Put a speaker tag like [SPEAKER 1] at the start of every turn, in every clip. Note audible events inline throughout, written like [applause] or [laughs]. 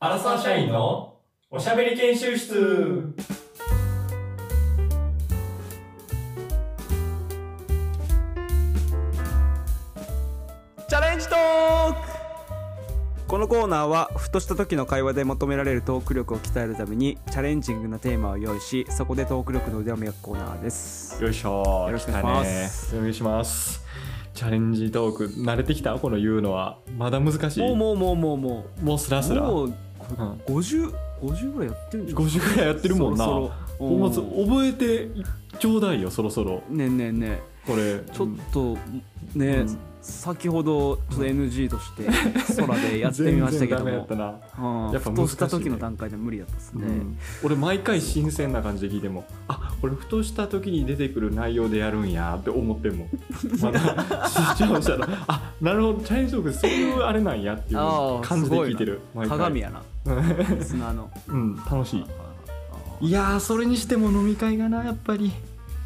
[SPEAKER 1] アラサー社員のおしゃべり研修室
[SPEAKER 2] チャレンジトークこのコーナーはふとした時の会話で求められるトーク力を鍛えるためにチャレンジングなテーマを用意しそこでトーク力の腕を磨くコーナーです
[SPEAKER 3] よいしょ
[SPEAKER 2] よろしくお願いします
[SPEAKER 3] 来たねお願いしますチャレンジトーク慣れてきたこの言うのはまだ難しい
[SPEAKER 2] もう
[SPEAKER 3] も
[SPEAKER 2] もうもうもうも
[SPEAKER 3] うスラ
[SPEAKER 2] う
[SPEAKER 3] スラ
[SPEAKER 2] も
[SPEAKER 3] 50
[SPEAKER 2] う
[SPEAKER 3] うん
[SPEAKER 2] 5050ぐらいやってるんじゃん
[SPEAKER 3] ぐらいやってるもんな
[SPEAKER 2] そろそろ
[SPEAKER 3] ほんまつ覚えてちょうだいよそろそろ
[SPEAKER 2] ねえねえね
[SPEAKER 3] これ
[SPEAKER 2] えちょっとねえ、
[SPEAKER 3] うん
[SPEAKER 2] 先ほどちょっと NG として
[SPEAKER 3] [laughs]
[SPEAKER 2] 空でやってみましたけど
[SPEAKER 3] 全然ダメや
[SPEAKER 2] も
[SPEAKER 3] ったな、
[SPEAKER 2] うん
[SPEAKER 3] やっぱ
[SPEAKER 2] ふ
[SPEAKER 3] 難しいね
[SPEAKER 2] とした時の段階で無理だったです
[SPEAKER 3] う
[SPEAKER 2] ね、
[SPEAKER 3] ん俺毎回新鮮な感じで聞いてもあこれふとした時に出てくる内容でやるんやって思ってもまだ視聴者のあなるほどチャレンジトークそういうあれなんやってい
[SPEAKER 2] あ
[SPEAKER 3] う
[SPEAKER 2] ー
[SPEAKER 3] 感じで聞いてる毎回
[SPEAKER 2] 鏡やな砂の
[SPEAKER 3] [laughs] うん楽しい
[SPEAKER 2] あ
[SPEAKER 3] いやーそれにしても飲み会がなやっぱり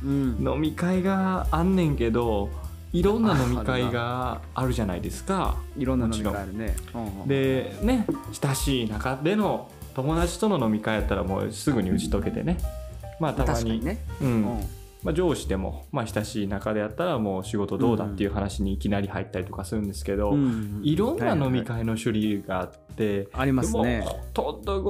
[SPEAKER 2] うん
[SPEAKER 3] 飲み会があんねんけどいろんな飲み会があるじゃないですか
[SPEAKER 2] いろんなのがあるねうんうん
[SPEAKER 3] でね親しい中での友達との飲み会やったらもうすぐに打ち解けてねまあたま
[SPEAKER 2] 確か
[SPEAKER 3] に
[SPEAKER 2] にね
[SPEAKER 3] う
[SPEAKER 2] うんん
[SPEAKER 3] まあ、上司でも、まあ、親しい中でやったらもう仕事どうだっていう話にいきなり入ったりとかするんですけど、
[SPEAKER 2] うん
[SPEAKER 3] いろんな飲み
[SPEAKER 2] はいはいはい
[SPEAKER 3] 会の種類があって、
[SPEAKER 2] あります
[SPEAKER 3] でも
[SPEAKER 2] ね
[SPEAKER 3] ほとんど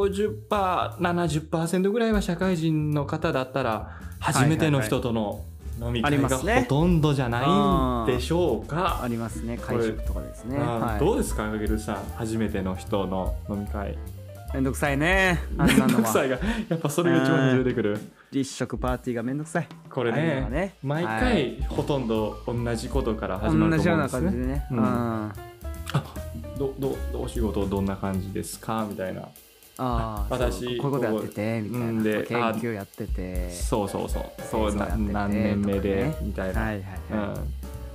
[SPEAKER 3] 50%70% ぐらいは社会人の方だったら初めての人との飲み
[SPEAKER 2] あ
[SPEAKER 3] 会
[SPEAKER 2] りま
[SPEAKER 3] が
[SPEAKER 2] すね
[SPEAKER 3] ほとんどじゃないんでしょう
[SPEAKER 2] あ
[SPEAKER 3] か。
[SPEAKER 2] りますね会食とかですね
[SPEAKER 3] あー
[SPEAKER 2] は
[SPEAKER 3] どうですか、あげるさん、初めての人の飲み会。
[SPEAKER 2] いめんどくさいねあ
[SPEAKER 3] め
[SPEAKER 2] んなん
[SPEAKER 3] [laughs]
[SPEAKER 2] の
[SPEAKER 3] どくさ
[SPEAKER 2] はい
[SPEAKER 3] が、やっぱそれが一番出てくる。
[SPEAKER 2] 立食パーティーがめんどくさい
[SPEAKER 3] これ
[SPEAKER 2] ああいうの
[SPEAKER 3] ね
[SPEAKER 2] はね
[SPEAKER 3] 毎回ほとんど同じことから
[SPEAKER 2] 同
[SPEAKER 3] 始まると
[SPEAKER 2] じよ
[SPEAKER 3] 思
[SPEAKER 2] う
[SPEAKER 3] うんです
[SPEAKER 2] な感じで
[SPEAKER 3] ね。
[SPEAKER 2] ねう
[SPEAKER 3] うんん
[SPEAKER 2] あ
[SPEAKER 3] どどどお仕事どんな感じですかみたいな。
[SPEAKER 2] あー
[SPEAKER 3] 私
[SPEAKER 2] そうこういうことやっててみたい
[SPEAKER 3] うん
[SPEAKER 2] な
[SPEAKER 3] で
[SPEAKER 2] 研
[SPEAKER 3] あ
[SPEAKER 2] 究やってて
[SPEAKER 3] そうそうそう。そう
[SPEAKER 2] そう
[SPEAKER 3] な
[SPEAKER 2] やってて
[SPEAKER 3] 何年目
[SPEAKER 2] とか
[SPEAKER 3] で
[SPEAKER 2] ね
[SPEAKER 3] みたいな。
[SPEAKER 2] はいはいは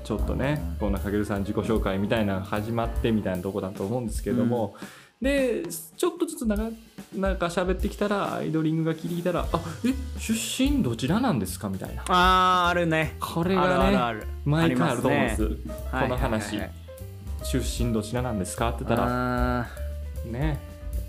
[SPEAKER 3] ちょっとね
[SPEAKER 2] うん
[SPEAKER 3] こんなかけるさん自己紹介みたいなのが始まってみたいなとこだと思うんですけども、でちょっとずつ長なんか喋ってきたらアイドリングが聞いてきたら「あえ出身どちらなんですか?」みたいない
[SPEAKER 2] あああるね
[SPEAKER 3] こ
[SPEAKER 2] あ
[SPEAKER 3] れ
[SPEAKER 2] る
[SPEAKER 3] がね
[SPEAKER 2] あるある
[SPEAKER 3] 毎回あると思うん
[SPEAKER 2] あ
[SPEAKER 3] で
[SPEAKER 2] り
[SPEAKER 3] す
[SPEAKER 2] ま
[SPEAKER 3] この話、
[SPEAKER 2] はいはいはい
[SPEAKER 3] 出身どちらなんですか?」って言ったら
[SPEAKER 2] あ
[SPEAKER 3] ね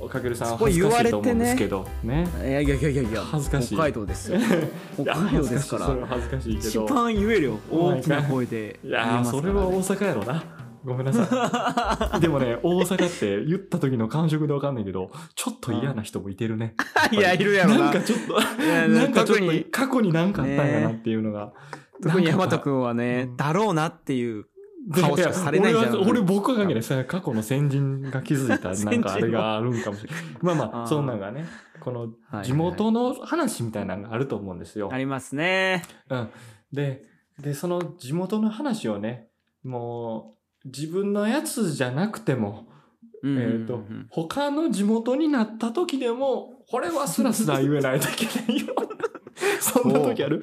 [SPEAKER 3] かけるさんは
[SPEAKER 2] そこ
[SPEAKER 3] 恥ずかしい
[SPEAKER 2] 言
[SPEAKER 3] と思
[SPEAKER 2] われて
[SPEAKER 3] うん
[SPEAKER 2] ね
[SPEAKER 3] ですけどね
[SPEAKER 2] ーいやいやいやいやいや
[SPEAKER 3] 恥ずか [laughs] しい
[SPEAKER 2] 北海道ですよ
[SPEAKER 3] いや
[SPEAKER 2] 北海道で
[SPEAKER 3] 恥ずしい
[SPEAKER 2] すか
[SPEAKER 3] それ
[SPEAKER 2] ら
[SPEAKER 3] は恥ずかしいけ
[SPEAKER 2] 一
[SPEAKER 3] ど
[SPEAKER 2] 番言えるよ大きな声で
[SPEAKER 3] い
[SPEAKER 2] 言え
[SPEAKER 3] やー
[SPEAKER 2] ます
[SPEAKER 3] そ
[SPEAKER 2] か
[SPEAKER 3] れ
[SPEAKER 2] ら
[SPEAKER 3] は
[SPEAKER 2] ね
[SPEAKER 3] 大阪やろな。ごめんなさ
[SPEAKER 2] [laughs]
[SPEAKER 3] い。でもね、大阪って言った時の感触でわかんないけど、ちょっと嫌な人もいてるね。
[SPEAKER 2] いやいるやろ
[SPEAKER 3] な
[SPEAKER 2] なん
[SPEAKER 3] かちょっ
[SPEAKER 2] [laughs]
[SPEAKER 3] と、
[SPEAKER 2] いや
[SPEAKER 3] なんかちょっ
[SPEAKER 2] 特に
[SPEAKER 3] と過去に何かあったんやなっていうのが。
[SPEAKER 2] 特に
[SPEAKER 3] な
[SPEAKER 2] 大
[SPEAKER 3] んか
[SPEAKER 2] 和くんはね、
[SPEAKER 3] うん
[SPEAKER 2] だろうなっていう顔しかされないじゃん
[SPEAKER 3] いや俺は俺僕は関係ない。それは過去の先人が気づいた、なんかあれがあるんかもしれない。まあま
[SPEAKER 2] [laughs] あー
[SPEAKER 3] あ、そんなんがね、この
[SPEAKER 2] はい
[SPEAKER 3] 地元の話みたいなのがあると思うんですよ
[SPEAKER 2] あ。りますね。
[SPEAKER 3] うん、ででその地元の話をねもう自分のやつじゃなくても、
[SPEAKER 2] うんうん
[SPEAKER 3] え
[SPEAKER 2] うん
[SPEAKER 3] ー、と他の地元になった時でもこれはスラスラ言えないといけない
[SPEAKER 2] [laughs]
[SPEAKER 3] よそんな時ある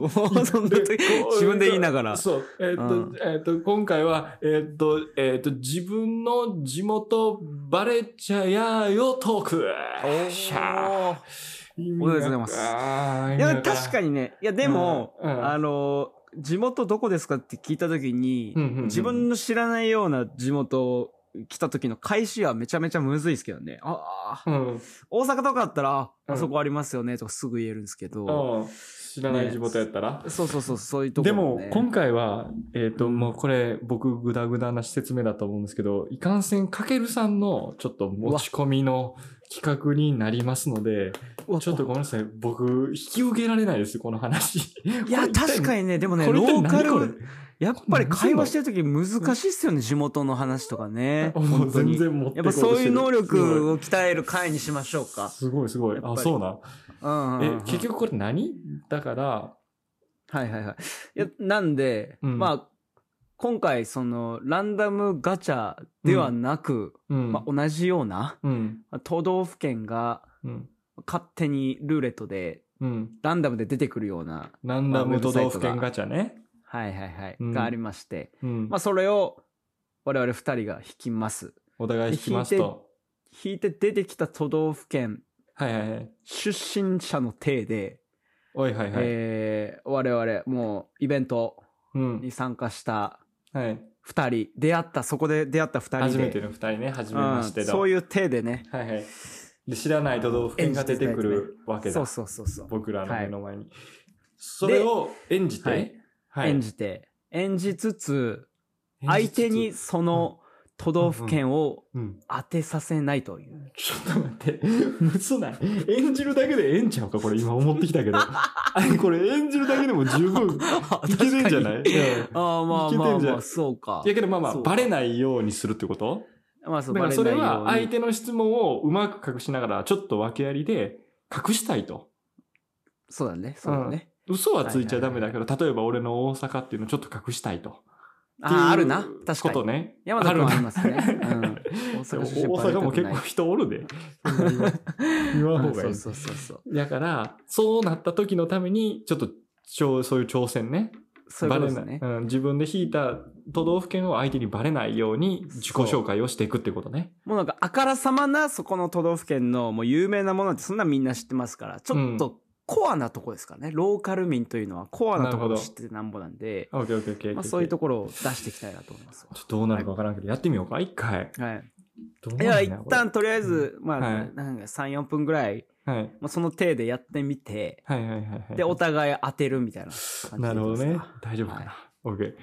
[SPEAKER 2] おおそんな時 [laughs] 自分で言いながら。
[SPEAKER 3] そう、えーっと
[SPEAKER 2] うん
[SPEAKER 3] えーっと今回は、えーっとえーっと自分の地元バレちゃやよトークしゃ
[SPEAKER 2] おー
[SPEAKER 3] ー
[SPEAKER 2] おめでとうございます
[SPEAKER 3] あー
[SPEAKER 2] い
[SPEAKER 3] 意味
[SPEAKER 2] や
[SPEAKER 3] わらん
[SPEAKER 2] 確かにねいやでも、
[SPEAKER 3] うんうん
[SPEAKER 2] あの地元どこですかって聞いた時に、
[SPEAKER 3] うんうんうん
[SPEAKER 2] 自分の知らないような地元来た時の返しはめちゃめちゃむずいですけどね。あ
[SPEAKER 3] う
[SPEAKER 2] あ
[SPEAKER 3] ん
[SPEAKER 2] 大阪とかだったら、
[SPEAKER 3] うん
[SPEAKER 2] あそこありますよねとかすぐ言えるんですけど、
[SPEAKER 3] うん知らない地元やったら、
[SPEAKER 2] そうそうそうそういうとこ
[SPEAKER 3] で
[SPEAKER 2] ろ
[SPEAKER 3] も
[SPEAKER 2] ね
[SPEAKER 3] 今回は、えっと
[SPEAKER 2] うん
[SPEAKER 3] もうこれ僕グダグダな説明だと思うんですけどいかんせんかけるさんのちょっと持ち込みの企画になりますので
[SPEAKER 2] うわ
[SPEAKER 3] ちょっとごめんなさい僕引き受けられないですこの話
[SPEAKER 2] いや確か
[SPEAKER 3] に
[SPEAKER 2] にねでもね
[SPEAKER 3] これ
[SPEAKER 2] ロ
[SPEAKER 3] 一体
[SPEAKER 2] ーカ
[SPEAKER 3] 何これ
[SPEAKER 2] ルやっぱり会話してる時難しいっすよね地元の話と
[SPEAKER 3] [laughs]
[SPEAKER 2] かね
[SPEAKER 3] もう
[SPEAKER 2] 本当
[SPEAKER 3] 全
[SPEAKER 2] に
[SPEAKER 3] 然持って
[SPEAKER 2] やっ
[SPEAKER 3] こ
[SPEAKER 2] ぱ
[SPEAKER 3] として
[SPEAKER 2] そういう能力
[SPEAKER 3] を
[SPEAKER 2] を鍛える会にしましょうか。
[SPEAKER 3] すごいすごい
[SPEAKER 2] やっぱ
[SPEAKER 3] あ
[SPEAKER 2] り
[SPEAKER 3] そうなん
[SPEAKER 2] うんうんう
[SPEAKER 3] え
[SPEAKER 2] ん
[SPEAKER 3] 結局これ何だから
[SPEAKER 2] はいはいはい。いや、なんで、
[SPEAKER 3] うん
[SPEAKER 2] まあ、今回、その、ランダムガチャではなく、
[SPEAKER 3] うん、
[SPEAKER 2] まあ、同じような、
[SPEAKER 3] うん
[SPEAKER 2] 都道府県が
[SPEAKER 3] うん
[SPEAKER 2] 勝手にルーレットで、
[SPEAKER 3] うん
[SPEAKER 2] ランダムで出てくるような、
[SPEAKER 3] ランダム都道府
[SPEAKER 2] まあウェブサイト
[SPEAKER 3] 県
[SPEAKER 2] が
[SPEAKER 3] ガチャね、
[SPEAKER 2] はいはいはい、
[SPEAKER 3] うん
[SPEAKER 2] がありまして、
[SPEAKER 3] うん
[SPEAKER 2] まあ、それを、我々二人が引きます。
[SPEAKER 3] お互い引きます
[SPEAKER 2] 引いて
[SPEAKER 3] と
[SPEAKER 2] 引いて出てきた都道府県、
[SPEAKER 3] はいはいはい
[SPEAKER 2] 出身者の体で、
[SPEAKER 3] おいはいはい。
[SPEAKER 2] えー、我々、もう、イベント
[SPEAKER 3] うん。
[SPEAKER 2] に参加した、
[SPEAKER 3] はい。
[SPEAKER 2] 2人出会ったそこで出会った2人で
[SPEAKER 3] 初めての2人ね初めまして
[SPEAKER 2] うん、
[SPEAKER 3] だ、
[SPEAKER 2] そういう体でね
[SPEAKER 3] はいはい、で知らない都道府県が出てくるわけだ
[SPEAKER 2] そうそうそうそう、
[SPEAKER 3] 僕らの目の前に、それを演じて、
[SPEAKER 2] はい
[SPEAKER 3] はい
[SPEAKER 2] 演じて演じつつ
[SPEAKER 3] 演
[SPEAKER 2] 相
[SPEAKER 3] じつつ
[SPEAKER 2] 手にその都道府県を
[SPEAKER 3] うん、
[SPEAKER 2] 当てさせない
[SPEAKER 3] [laughs]
[SPEAKER 2] という、
[SPEAKER 3] ちょっと待って、むずない。演じるだけでええんちゃうかこれ今思ってき
[SPEAKER 2] [laughs]
[SPEAKER 3] たけど。あこれ演じるだけでも十分いけるんじゃないうんい
[SPEAKER 2] ああまあま
[SPEAKER 3] いけて
[SPEAKER 2] あ
[SPEAKER 3] んじ
[SPEAKER 2] ま
[SPEAKER 3] ゃ
[SPEAKER 2] あ
[SPEAKER 3] ん
[SPEAKER 2] そうか
[SPEAKER 3] やけどまあま
[SPEAKER 2] そ
[SPEAKER 3] あ、
[SPEAKER 2] うか
[SPEAKER 3] バレないようにするってこと
[SPEAKER 2] まあそ
[SPEAKER 3] だ
[SPEAKER 2] う
[SPEAKER 3] からそれは
[SPEAKER 2] バレないよ
[SPEAKER 3] 相
[SPEAKER 2] うに
[SPEAKER 3] 手の質問をうまく隠しながら、ちょっと訳ありで隠したいと。
[SPEAKER 2] そうだねそうだね、
[SPEAKER 3] 嘘はついちゃダメだけど、例えば俺の大阪っていうのをちょっと隠したいと。
[SPEAKER 2] あああるな確
[SPEAKER 3] こ
[SPEAKER 2] か
[SPEAKER 3] と
[SPEAKER 2] に
[SPEAKER 3] ね。
[SPEAKER 2] 山田君は [laughs] ありますね、
[SPEAKER 3] あ
[SPEAKER 2] う
[SPEAKER 3] る
[SPEAKER 2] ん、
[SPEAKER 3] な
[SPEAKER 2] 大
[SPEAKER 3] でも
[SPEAKER 2] 阪
[SPEAKER 3] 大
[SPEAKER 2] 出身バレた
[SPEAKER 3] 阪
[SPEAKER 2] く
[SPEAKER 3] も結
[SPEAKER 2] ない
[SPEAKER 3] 構人おる
[SPEAKER 2] [laughs]
[SPEAKER 3] で。そんな言わん言わん方がい
[SPEAKER 2] うん
[SPEAKER 3] い。
[SPEAKER 2] そうそうそうそう
[SPEAKER 3] だから、そうなった時のために、ちょっと、ちょうそういう挑戦ね。
[SPEAKER 2] そういうことです
[SPEAKER 3] バレない
[SPEAKER 2] ね、
[SPEAKER 3] うん。自分で引いた都道府県を相手にバレないように自己紹介をしていくってことね。
[SPEAKER 2] もうなんかあからさまなそこの都道府県のもう有名なものってそんなみんな知ってますからちょっとコアなとこですからね、ローカル民というのはコアなとこ
[SPEAKER 3] なる
[SPEAKER 2] ろ
[SPEAKER 3] ほど
[SPEAKER 2] 知ってなんぼなんで、
[SPEAKER 3] オッケーオッケーオッケー。
[SPEAKER 2] まあ、そういうと
[SPEAKER 3] こ。
[SPEAKER 2] ころを出していきたいなと思います
[SPEAKER 3] ちょっとどうなるかわからんけど、やってみようか、一回。
[SPEAKER 2] はい、
[SPEAKER 3] どう
[SPEAKER 2] い
[SPEAKER 3] な
[SPEAKER 2] や
[SPEAKER 3] る
[SPEAKER 2] 一
[SPEAKER 3] かなこれ
[SPEAKER 2] 旦とりあえず、まあ、
[SPEAKER 3] はい
[SPEAKER 2] なんか34分ぐらい、
[SPEAKER 3] はい。
[SPEAKER 2] まあ、その手でやってみて
[SPEAKER 3] はいはいはいはい。
[SPEAKER 2] でお互い当てるみたいな感じで
[SPEAKER 3] なるほど
[SPEAKER 2] いい
[SPEAKER 3] ね
[SPEAKER 2] ですか。
[SPEAKER 3] 大丈夫か
[SPEAKER 2] は
[SPEAKER 3] な。オッケー。
[SPEAKER 2] うんや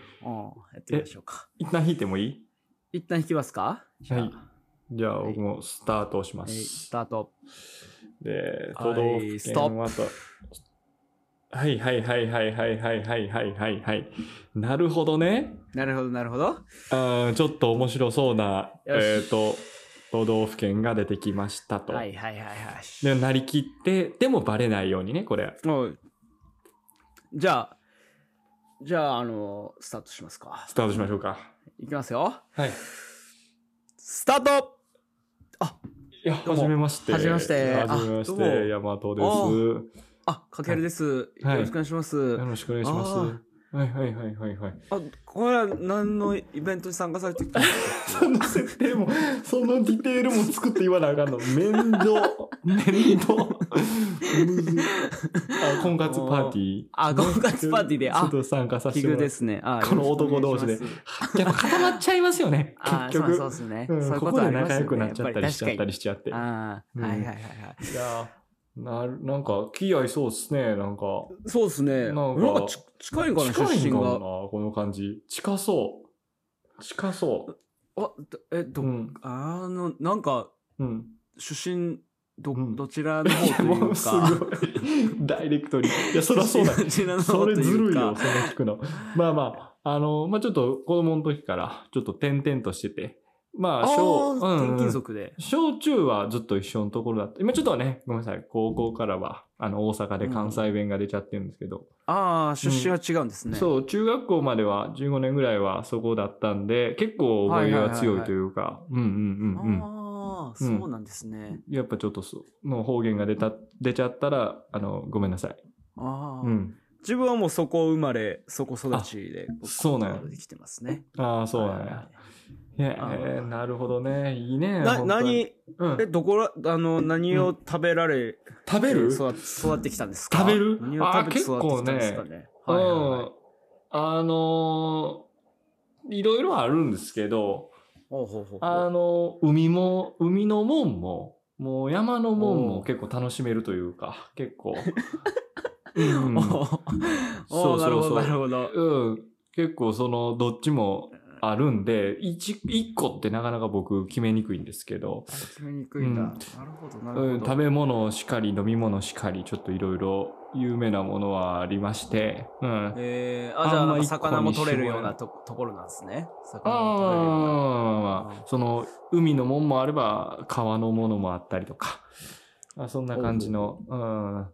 [SPEAKER 2] ってみましょうか
[SPEAKER 3] 一旦引いてもいい
[SPEAKER 2] 一旦引きますかじゃあ
[SPEAKER 3] はいじゃあ、
[SPEAKER 2] はい
[SPEAKER 3] 僕もスタートをしま
[SPEAKER 2] えい
[SPEAKER 3] す
[SPEAKER 2] ス。タート
[SPEAKER 3] で、
[SPEAKER 2] は
[SPEAKER 3] 都
[SPEAKER 2] い
[SPEAKER 3] 道府
[SPEAKER 2] ストップ
[SPEAKER 3] 県はと。はいはいはいはいはいはいはいはいはいはい。なるほどね。
[SPEAKER 2] なるほどなるほど
[SPEAKER 3] あーちょっと面白そうな、
[SPEAKER 2] よし
[SPEAKER 3] えっ、と、都道府県が出てきましたと。
[SPEAKER 2] はいはいはいはい
[SPEAKER 3] で、なりきって、でもバレないようにね、これ。
[SPEAKER 2] はい。じゃあ、じゃあ、あの、スタートしますか
[SPEAKER 3] ス。タートしましょうか。
[SPEAKER 2] いきますよ。
[SPEAKER 3] はい。
[SPEAKER 2] スタート
[SPEAKER 3] いや、
[SPEAKER 2] どうも
[SPEAKER 3] はじめまして。
[SPEAKER 2] はじめまして
[SPEAKER 3] はじめま
[SPEAKER 2] あ
[SPEAKER 3] し
[SPEAKER 2] どうも
[SPEAKER 3] て、ヤマトです。
[SPEAKER 2] あ、かけるです。
[SPEAKER 3] はい
[SPEAKER 2] よろしくお願いします。
[SPEAKER 3] よろしくお願いします。はいはいはいはいはい。
[SPEAKER 2] あ、これは何のイベントに参加されてきたんですか
[SPEAKER 3] その設定も、そのディテールも作って言わなあかんの。面倒。面倒。むずいあ、婚活パーティー。 [laughs]
[SPEAKER 2] あ、婚活パーティーで、
[SPEAKER 3] ちょ
[SPEAKER 2] あ
[SPEAKER 3] っ、と参加させ
[SPEAKER 2] 奇
[SPEAKER 3] てもら
[SPEAKER 2] 遇で
[SPEAKER 3] って。
[SPEAKER 2] すね。あ
[SPEAKER 3] この男同士で
[SPEAKER 2] よろしくお願いします
[SPEAKER 3] やっぱ固まっちゃいますよね。
[SPEAKER 2] あ、
[SPEAKER 3] [laughs] 結
[SPEAKER 2] そうそう
[SPEAKER 3] 局。
[SPEAKER 2] ですね。
[SPEAKER 3] うん
[SPEAKER 2] そういう
[SPEAKER 3] こ
[SPEAKER 2] こ
[SPEAKER 3] こと
[SPEAKER 2] あ
[SPEAKER 3] で
[SPEAKER 2] ります
[SPEAKER 3] 仲
[SPEAKER 2] よね。
[SPEAKER 3] 良くなっちゃったりしちゃった
[SPEAKER 2] やぱ
[SPEAKER 3] りしちゃって。い
[SPEAKER 2] 確かにああ、
[SPEAKER 3] うん
[SPEAKER 2] はいはいはいはい。
[SPEAKER 3] やーなる、なんか、気合いそうっすね、なんか。
[SPEAKER 2] そうですね。
[SPEAKER 3] な
[SPEAKER 2] な
[SPEAKER 3] んん
[SPEAKER 2] か
[SPEAKER 3] か
[SPEAKER 2] ち近いんかな、
[SPEAKER 3] 近い
[SPEAKER 2] 出
[SPEAKER 3] ん
[SPEAKER 2] 身
[SPEAKER 3] かもな、
[SPEAKER 2] が。
[SPEAKER 3] この感じ。近そう。近そ
[SPEAKER 2] あ、どえ、
[SPEAKER 3] う。
[SPEAKER 2] ど
[SPEAKER 3] う、ん。
[SPEAKER 2] あの、なんか、
[SPEAKER 3] うん。
[SPEAKER 2] 出身ど、
[SPEAKER 3] うん
[SPEAKER 2] どちらの
[SPEAKER 3] [laughs] い
[SPEAKER 2] 方と
[SPEAKER 3] や、
[SPEAKER 2] い
[SPEAKER 3] も
[SPEAKER 2] う
[SPEAKER 3] うす
[SPEAKER 2] [laughs] か。
[SPEAKER 3] ごい。ダイレクトに。いや、そりゃそうだ。
[SPEAKER 2] どちらの方
[SPEAKER 3] そ
[SPEAKER 2] と
[SPEAKER 3] れず
[SPEAKER 2] い
[SPEAKER 3] る
[SPEAKER 2] う
[SPEAKER 3] い
[SPEAKER 2] か
[SPEAKER 3] よ、。それ聞くの。まあまあ、あの、まあちょっと子供の時から、ちょっと点々としてて、まあ、小、
[SPEAKER 2] ああ、転勤
[SPEAKER 3] うん
[SPEAKER 2] 族で。
[SPEAKER 3] 小中はずっと一緒のところだった。今ちょっとね、ごめんなさい、高校からは、あの、大阪で関西弁が出ちゃってるんですけど、
[SPEAKER 2] ああ、出身は違うんですね。
[SPEAKER 3] そう、中学校までは15年ぐらいはそこだったんで、結構思い入れは強いというか、うんうんうんうん。
[SPEAKER 2] ああ、そうなんですね。
[SPEAKER 3] やっぱちょっとそう、の方言が出た、出ちゃったら、あの、ごめんなさい。
[SPEAKER 2] あ
[SPEAKER 3] う
[SPEAKER 2] あ、
[SPEAKER 3] ん。
[SPEAKER 2] 自分はもうそこ生まれ、そこ育ちで、僕
[SPEAKER 3] そうなんや
[SPEAKER 2] ここまで来てますね。
[SPEAKER 3] ああ、そうなん
[SPEAKER 2] はいはい
[SPEAKER 3] や
[SPEAKER 2] は。
[SPEAKER 3] へえ
[SPEAKER 2] あー
[SPEAKER 3] なるほどね。いいね。
[SPEAKER 2] い
[SPEAKER 3] 本
[SPEAKER 2] な、
[SPEAKER 3] 当に
[SPEAKER 2] 何、
[SPEAKER 3] うん
[SPEAKER 2] え、どこら、あの、何を食べられ、
[SPEAKER 3] 食べる
[SPEAKER 2] 育育ってきたんですか
[SPEAKER 3] 食べる
[SPEAKER 2] 何を食べて育ってきたんですかね。
[SPEAKER 3] う
[SPEAKER 2] はいはいはい
[SPEAKER 3] ん。あのー、いろいろあるんですけど、
[SPEAKER 2] ほうほうほうほう。
[SPEAKER 3] あのー海も、海のもんも、もう山のもん
[SPEAKER 2] お
[SPEAKER 3] も
[SPEAKER 2] う
[SPEAKER 3] 結構楽しめるというか、結
[SPEAKER 2] [laughs]
[SPEAKER 3] 構。うん
[SPEAKER 2] おー
[SPEAKER 3] そ
[SPEAKER 2] おー
[SPEAKER 3] う
[SPEAKER 2] なる
[SPEAKER 3] そう
[SPEAKER 2] ほ
[SPEAKER 3] そう
[SPEAKER 2] ど、なるほど。
[SPEAKER 3] うん。結構その、どっちもあるんで、一、一個ってなかなか僕決めにくいんですけど、
[SPEAKER 2] 決めにくいんだ。
[SPEAKER 3] うん
[SPEAKER 2] なるほど、なるほど。
[SPEAKER 3] うん、食べ物しかり飲み物しかりちょっといろいろ有名なものはありまして、うん、
[SPEAKER 2] えー、あ、じゃあ、
[SPEAKER 3] あん
[SPEAKER 2] な
[SPEAKER 3] ま
[SPEAKER 2] んか
[SPEAKER 3] 一個に
[SPEAKER 2] 魚も取れるようなとところなんですね。
[SPEAKER 3] あ
[SPEAKER 2] 魚も取れるような。
[SPEAKER 3] あーその海のもんもあれば川のものもあったりとかあそんな感じの、うん、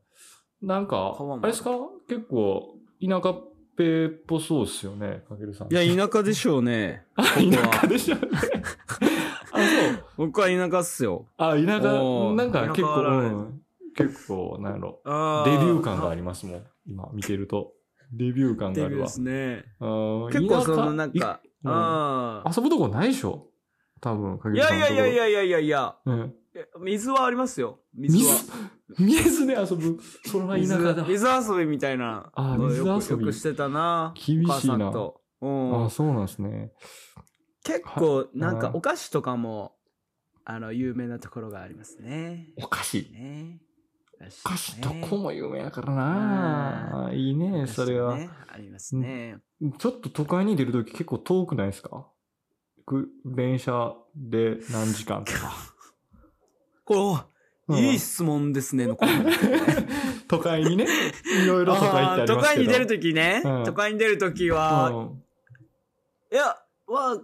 [SPEAKER 3] なんか
[SPEAKER 2] 川も
[SPEAKER 3] あれですか結構田舎っぺっぽそうっすよねかけるさん
[SPEAKER 2] いや、田舎でしょうね。
[SPEAKER 3] [laughs] 田舎でしょうね [laughs] あそう
[SPEAKER 2] 僕は田舎っすよ。
[SPEAKER 3] あ田舎
[SPEAKER 2] おー
[SPEAKER 3] なんか結
[SPEAKER 2] 田舎あ
[SPEAKER 3] 構、
[SPEAKER 2] るある
[SPEAKER 3] うん、結構なんやろ
[SPEAKER 2] デビュ
[SPEAKER 3] デビュー感があ
[SPEAKER 2] り
[SPEAKER 3] りますもん。今見てると。デビュー感があ
[SPEAKER 2] デビュ
[SPEAKER 3] る
[SPEAKER 2] ー
[SPEAKER 3] わ
[SPEAKER 2] で。すね。
[SPEAKER 3] あー
[SPEAKER 2] 結構その、なん、
[SPEAKER 3] 田舎
[SPEAKER 2] か、
[SPEAKER 3] うん
[SPEAKER 2] ああ。
[SPEAKER 3] 遊ぶとこないでしょ多分、か
[SPEAKER 2] い
[SPEAKER 3] ける
[SPEAKER 2] や
[SPEAKER 3] さん
[SPEAKER 2] い
[SPEAKER 3] の
[SPEAKER 2] や
[SPEAKER 3] とこ
[SPEAKER 2] いやいやいやいやいや。
[SPEAKER 3] うん
[SPEAKER 2] え水はありますよ。水は。
[SPEAKER 3] 水、水で遊ぶ。それは田舎だ。
[SPEAKER 2] 水水遊びみたいな
[SPEAKER 3] あ
[SPEAKER 2] のを
[SPEAKER 3] 水
[SPEAKER 2] よく
[SPEAKER 3] 遊
[SPEAKER 2] よ
[SPEAKER 3] び
[SPEAKER 2] くしてたな。
[SPEAKER 3] 厳
[SPEAKER 2] お母
[SPEAKER 3] しい
[SPEAKER 2] さん
[SPEAKER 3] な。
[SPEAKER 2] と。ううん
[SPEAKER 3] あ、そうなんですね。
[SPEAKER 2] 結構
[SPEAKER 3] は
[SPEAKER 2] なんか
[SPEAKER 3] うん
[SPEAKER 2] お菓子とかもあの有名なところがありますね。
[SPEAKER 3] お菓子。
[SPEAKER 2] ね
[SPEAKER 3] お菓子どこも有名やから
[SPEAKER 2] うん
[SPEAKER 3] な。いいね、それは。
[SPEAKER 2] ねありますね。
[SPEAKER 3] ちょっと都会に出るとき結構遠くないですかく電車で何時間とか。
[SPEAKER 2] これ、 [laughs] いい
[SPEAKER 3] す。
[SPEAKER 2] 質問ですねのコーナー。
[SPEAKER 3] 都会にね。いろいろ都会ってありますけど。
[SPEAKER 2] 都会に出るときね、
[SPEAKER 3] うん
[SPEAKER 2] 都会に出るときは、いや、は、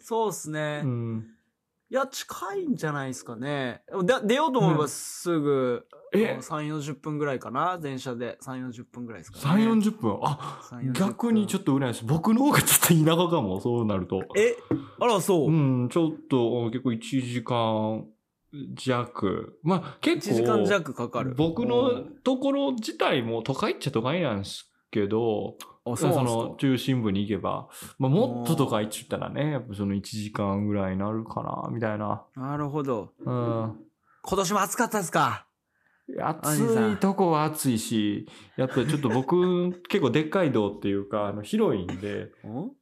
[SPEAKER 2] そうっすね、
[SPEAKER 3] うん
[SPEAKER 2] い
[SPEAKER 3] うん
[SPEAKER 2] や、近いんじゃないですかね。だ出ようと思えばすぐ、
[SPEAKER 3] え
[SPEAKER 2] 3、40分ぐらいかな電車で。3、40分ぐらいですかね。
[SPEAKER 3] 3、40分あ
[SPEAKER 2] 3 40分
[SPEAKER 3] 逆にちょっと羨ましい。僕の方がちょっと田舎かも、そうなると。
[SPEAKER 2] え、あら、そう。
[SPEAKER 3] うん、ちょっと結構1時間弱。まあ
[SPEAKER 2] 1
[SPEAKER 3] 結構。
[SPEAKER 2] 時間弱かかる。
[SPEAKER 3] 僕
[SPEAKER 2] う
[SPEAKER 3] の
[SPEAKER 2] ん
[SPEAKER 3] ところ自体も都会っちゃ都会なんですけど、
[SPEAKER 2] あ、
[SPEAKER 3] そ
[SPEAKER 2] そうなんすか
[SPEAKER 3] の中心部に行けば、まあ、もっと都会っちゅったらね、やっぱその1時間ぐらいになるかな、みたいな。
[SPEAKER 2] なるほど。
[SPEAKER 3] うん。
[SPEAKER 2] 今年も暑かったですか
[SPEAKER 3] 暑
[SPEAKER 2] 兄さん
[SPEAKER 3] いとこは暑いし、やっぱりちょっと僕、
[SPEAKER 2] [laughs]
[SPEAKER 3] 結構でっかい道っていうか、あの広いんで、
[SPEAKER 2] ん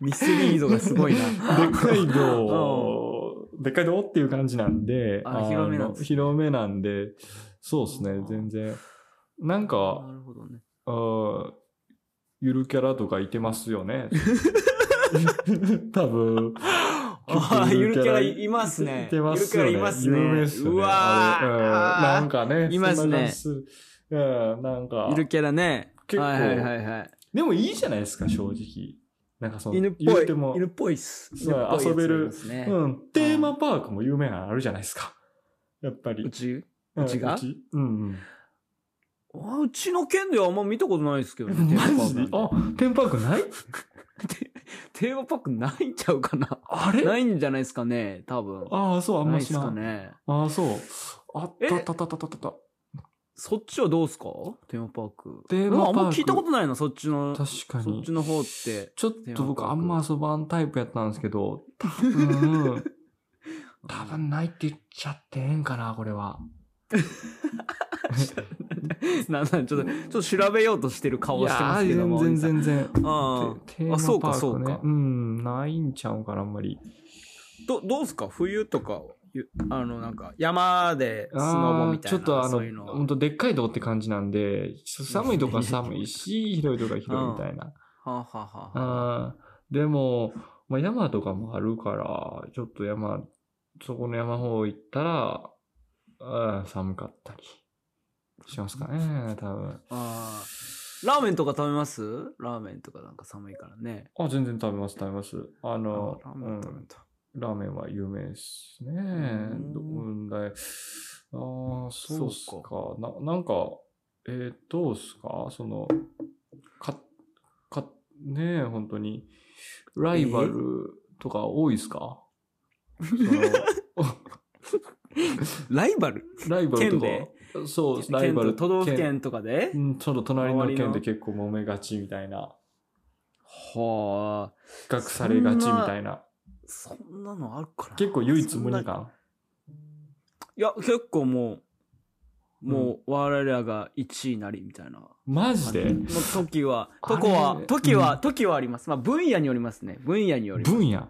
[SPEAKER 2] [laughs] ミスリードがすごいな。
[SPEAKER 3] でっかい道、でっかい道っていう感じなんで、
[SPEAKER 2] あ広めなんですね
[SPEAKER 3] あの広めなんで、そうですね
[SPEAKER 2] あ、ー
[SPEAKER 3] 全然。なんか
[SPEAKER 2] な、るほどね。
[SPEAKER 3] あーゆるキャラとかいてますよ
[SPEAKER 2] [laughs]
[SPEAKER 3] ね。多分。
[SPEAKER 2] あーゆるキャラいますね
[SPEAKER 3] いてますよね。
[SPEAKER 2] ゆるキャラいますね
[SPEAKER 3] 有名っすよね。
[SPEAKER 2] うわー
[SPEAKER 3] あれうん
[SPEAKER 2] あー
[SPEAKER 3] なんかね。
[SPEAKER 2] いま
[SPEAKER 3] そ
[SPEAKER 2] すね
[SPEAKER 3] んな感じするうん、なんか
[SPEAKER 2] ゆ。るキャラね。
[SPEAKER 3] 結構
[SPEAKER 2] はいはいはいはい。
[SPEAKER 3] でもいいじゃないですか、正直。なんかその、
[SPEAKER 2] 犬っ
[SPEAKER 3] 言
[SPEAKER 2] ぽ
[SPEAKER 3] う
[SPEAKER 2] い
[SPEAKER 3] ても。。
[SPEAKER 2] 犬っぽいっす。
[SPEAKER 3] そう
[SPEAKER 2] 犬っぽいやつ
[SPEAKER 3] 遊べる
[SPEAKER 2] いますね
[SPEAKER 3] うん。テーマパークも有名なのあるじゃないですか。やっぱり。
[SPEAKER 2] うち
[SPEAKER 3] うん
[SPEAKER 2] うちが
[SPEAKER 3] うん
[SPEAKER 2] あうちの県ではあんま見たことないですけど
[SPEAKER 3] う
[SPEAKER 2] ね。
[SPEAKER 3] ん。
[SPEAKER 2] テーマパ
[SPEAKER 3] [laughs] マ
[SPEAKER 2] ーク
[SPEAKER 3] ジ
[SPEAKER 2] な
[SPEAKER 3] で
[SPEAKER 2] んて
[SPEAKER 3] あ、テーマパークない
[SPEAKER 2] [laughs] テーマパークないんちゃうかな。
[SPEAKER 3] あれ
[SPEAKER 2] ないんじゃないですかね、多分。
[SPEAKER 3] ああ、そう、あん
[SPEAKER 2] な
[SPEAKER 3] ま
[SPEAKER 2] いで
[SPEAKER 3] 知
[SPEAKER 2] す
[SPEAKER 3] ら
[SPEAKER 2] か
[SPEAKER 3] ん。
[SPEAKER 2] ね。
[SPEAKER 3] ああ、そう。あっ
[SPEAKER 2] え
[SPEAKER 3] たたたたたたた。
[SPEAKER 2] そっちはどうっすかテーマパーク。
[SPEAKER 3] テーマパーク
[SPEAKER 2] まああんま聞いたことないな、そっちの。
[SPEAKER 3] 確か
[SPEAKER 2] そっ
[SPEAKER 3] に
[SPEAKER 2] ち。の方って。
[SPEAKER 3] ちょっと僕あんま遊ばんタイプやったんですけ
[SPEAKER 2] [laughs]
[SPEAKER 3] ど、多分、多分ないって言っちゃってええんかな、これは。
[SPEAKER 2] [laughs] なんなんちょっと、ちょっと調べようとしてる顔
[SPEAKER 3] いや
[SPEAKER 2] してますけど
[SPEAKER 3] ー
[SPEAKER 2] も。
[SPEAKER 3] 全然全然。
[SPEAKER 2] あ
[SPEAKER 3] テテー
[SPEAKER 2] あそ
[SPEAKER 3] マ
[SPEAKER 2] う
[SPEAKER 3] パ
[SPEAKER 2] かそ
[SPEAKER 3] ーク
[SPEAKER 2] う
[SPEAKER 3] ね
[SPEAKER 2] か。
[SPEAKER 3] うん、ないんちゃうかな、あんまり。
[SPEAKER 2] どどうすか冬とかゆあのなんか山でスノボみたい
[SPEAKER 3] あーちょ
[SPEAKER 2] な
[SPEAKER 3] っとあ
[SPEAKER 2] そういうの
[SPEAKER 3] の、
[SPEAKER 2] は
[SPEAKER 3] ほんとでっかい道って感じなんで、寒いとこは寒い
[SPEAKER 2] [laughs]
[SPEAKER 3] し、広いとこは広いみたいな。
[SPEAKER 2] はあはあはあ
[SPEAKER 3] あーでも、まあ、山とかもあるから、ちょっと山、そこの山方行ったら、あー寒かったりしますかね、多分。
[SPEAKER 2] あーラーメンとか食べますラーメンとかなんか寒いからね
[SPEAKER 3] あ、全然食べます、食べます。あ
[SPEAKER 2] あ
[SPEAKER 3] の、
[SPEAKER 2] ーラーメン食べると、
[SPEAKER 3] うんラーメンは有名ですね。
[SPEAKER 2] ん
[SPEAKER 3] どうんだい。ああ、そうっすか
[SPEAKER 2] そう。
[SPEAKER 3] ななんか、えー、どうっすかその、か、か、ねえ、本当に。ライバルとか多いっすか、
[SPEAKER 2] [laughs] ライバル
[SPEAKER 3] そのライバルと
[SPEAKER 2] 県で
[SPEAKER 3] か。そう、ライバ
[SPEAKER 2] 県
[SPEAKER 3] ル
[SPEAKER 2] と都道府県とかで、
[SPEAKER 3] 県うん、ちょっと隣の
[SPEAKER 2] 周りの
[SPEAKER 3] 県で結構揉めがちみたいな、
[SPEAKER 2] はあ
[SPEAKER 3] 比較されがちみたいな。
[SPEAKER 2] そんなのあるかな
[SPEAKER 3] 結構唯一無
[SPEAKER 2] そん
[SPEAKER 3] 二
[SPEAKER 2] な
[SPEAKER 3] 感。
[SPEAKER 2] いや結構もうもう我らが1位なりみたいな
[SPEAKER 3] マジで
[SPEAKER 2] の時は、
[SPEAKER 3] あれ
[SPEAKER 2] とこは、時は、
[SPEAKER 3] うん
[SPEAKER 2] 時はあります。まあ、分野によりますね。分野によります。
[SPEAKER 3] 分野。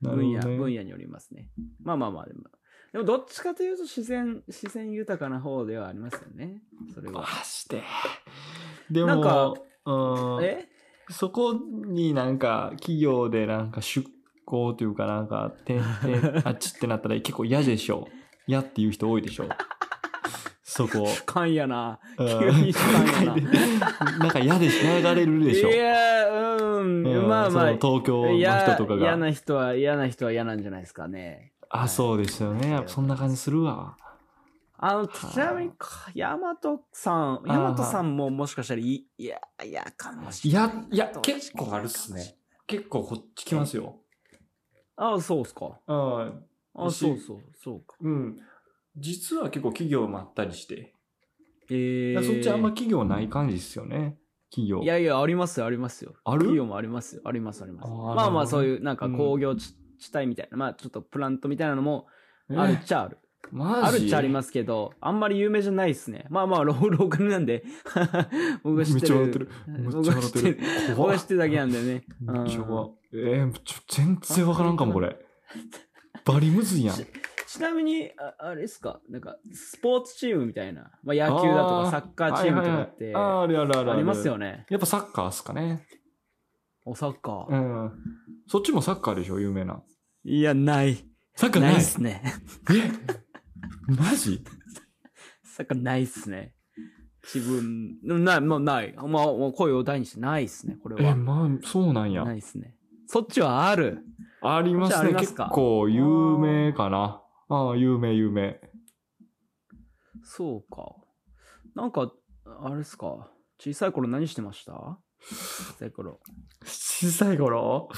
[SPEAKER 3] なるほど
[SPEAKER 2] 分野、
[SPEAKER 3] ね
[SPEAKER 2] 分野によりますね。まあまあまあ、でも、でもどっちかというと自然、自然豊かな方ではありますよね。それ
[SPEAKER 3] マ
[SPEAKER 2] は。
[SPEAKER 3] ジで。でも、
[SPEAKER 2] なんか
[SPEAKER 3] うん、
[SPEAKER 2] え
[SPEAKER 3] そこになんか企業でなんか出向というかなんか、てんてんあっちってなったら結構嫌でしょ。嫌っていう人多いでしょ。そこ。
[SPEAKER 2] 主観やな。
[SPEAKER 3] うん
[SPEAKER 2] 急に主観や
[SPEAKER 3] [laughs]
[SPEAKER 2] な。
[SPEAKER 3] なんか嫌でし、流れるでしょ。
[SPEAKER 2] いや、うん、
[SPEAKER 3] うん
[SPEAKER 2] まあまあ
[SPEAKER 3] その、東京の
[SPEAKER 2] い
[SPEAKER 3] 人
[SPEAKER 2] や
[SPEAKER 3] とか
[SPEAKER 2] 嫌
[SPEAKER 3] が。
[SPEAKER 2] な人は、嫌な人は嫌なんじゃないですかね。
[SPEAKER 3] あ、そうですよね。やっぱそんな感じするわ。
[SPEAKER 2] あの、
[SPEAKER 3] はあ
[SPEAKER 2] ちなみに、かヤマトさん、ヤマトさんももしかしたらい、いや、いや、かもし
[SPEAKER 3] い
[SPEAKER 2] れない。
[SPEAKER 3] や、いや、結構あるっすね。結構こっち来ますよ。
[SPEAKER 2] ああ、そうっすか。
[SPEAKER 3] うん。
[SPEAKER 2] ああ、
[SPEAKER 3] し
[SPEAKER 2] そうそう、そうか。
[SPEAKER 3] うん。実は結構企業もあったりして。
[SPEAKER 2] ええ
[SPEAKER 3] そっちあんま企業ない感じですよね。企業。
[SPEAKER 2] いやいや、ありますよ、ありますよ。
[SPEAKER 3] ある
[SPEAKER 2] 企業もありますよ、あります、あります。
[SPEAKER 3] あー
[SPEAKER 2] まあまあ、
[SPEAKER 3] なるほど
[SPEAKER 2] そういう、なんか工業地地帯みたいな、まあちょっとプラントみたいなのも
[SPEAKER 3] え
[SPEAKER 2] あるっちゃある。
[SPEAKER 3] マジ
[SPEAKER 2] あるっちゃありますけど、あんまり有名じゃないですね。まあまあ、ローローカルなんで、僕が知っ
[SPEAKER 3] めっ
[SPEAKER 2] てる。
[SPEAKER 3] ちゃ笑ってる。めっ
[SPEAKER 2] 僕
[SPEAKER 3] ちゃ
[SPEAKER 2] が
[SPEAKER 3] 笑
[SPEAKER 2] 知っ
[SPEAKER 3] って
[SPEAKER 2] てる
[SPEAKER 3] る。。
[SPEAKER 2] 僕
[SPEAKER 3] 怖
[SPEAKER 2] が
[SPEAKER 3] い
[SPEAKER 2] 知ってるだけなんだよね。
[SPEAKER 3] めっちゃ
[SPEAKER 2] うん
[SPEAKER 3] 怖いえー、ちょ全然わからんかも、これ。バリムズいやん。
[SPEAKER 2] しちなみに、ああれですか、なんか、スポーツチームみたいな、まあ、野球だと
[SPEAKER 3] あ
[SPEAKER 2] かサッカーチームとかっ
[SPEAKER 3] はい
[SPEAKER 2] て、
[SPEAKER 3] はいはいあーあるあるある
[SPEAKER 2] ありますよ
[SPEAKER 3] ね。
[SPEAKER 2] ね。
[SPEAKER 3] やっぱサッカーっすかね。
[SPEAKER 2] お、サッカ
[SPEAKER 3] う
[SPEAKER 2] ー。
[SPEAKER 3] ん。そっちもサッカーでしょ、有名な。
[SPEAKER 2] いや、ない。
[SPEAKER 3] サッカー
[SPEAKER 2] な
[SPEAKER 3] ないい
[SPEAKER 2] っすね。
[SPEAKER 3] えマジ
[SPEAKER 2] [laughs] サッカーないっすね。自分、ない、もうない。まあ、もう声を大にしてないっすね、これ
[SPEAKER 3] え、
[SPEAKER 2] は。
[SPEAKER 3] まあ、そうなんや
[SPEAKER 2] な。いっすね。そっちはある。
[SPEAKER 3] ありま
[SPEAKER 2] じゃあ
[SPEAKER 3] す
[SPEAKER 2] あり
[SPEAKER 3] ね。
[SPEAKER 2] ます
[SPEAKER 3] 結
[SPEAKER 2] か
[SPEAKER 3] 構有名かな。ああ、有名、有名。
[SPEAKER 2] そうか。なんか、あれっすか。小さい頃何してました小さい頃。
[SPEAKER 3] 小さい頃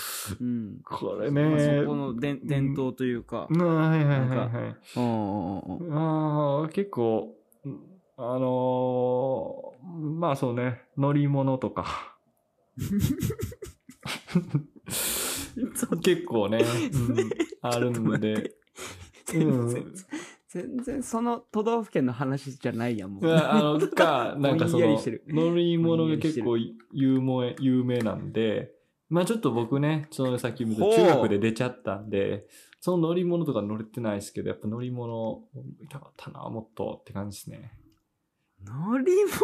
[SPEAKER 2] うん。
[SPEAKER 3] これ
[SPEAKER 2] まあ
[SPEAKER 3] ね
[SPEAKER 2] そ。この伝伝統というか
[SPEAKER 3] う。んはいはいはい
[SPEAKER 2] なん
[SPEAKER 3] はい。
[SPEAKER 2] うんうんうんうん。
[SPEAKER 3] ああ、結構、うんあのーまあそうね、乗り物と [laughs] か。
[SPEAKER 2] [laughs] そう
[SPEAKER 3] 結構ね、 [laughs] うんあるんで。
[SPEAKER 2] 全然、
[SPEAKER 3] うん
[SPEAKER 2] 全然その都道府県の話じゃないやんもう。
[SPEAKER 3] うんあの、か、なんかそ
[SPEAKER 2] ぼんや
[SPEAKER 3] の
[SPEAKER 2] りしてる、
[SPEAKER 3] 乗り物が結
[SPEAKER 2] ぼ
[SPEAKER 3] 構有名、有名なんで、まあちょっと僕ね、そのさっき見た
[SPEAKER 2] ほう
[SPEAKER 3] 中学で出ちゃったんで、その乗り物とか乗れてないですけど、やっぱ乗り物、いたかったな、もっとって感じですね。
[SPEAKER 2] 乗り物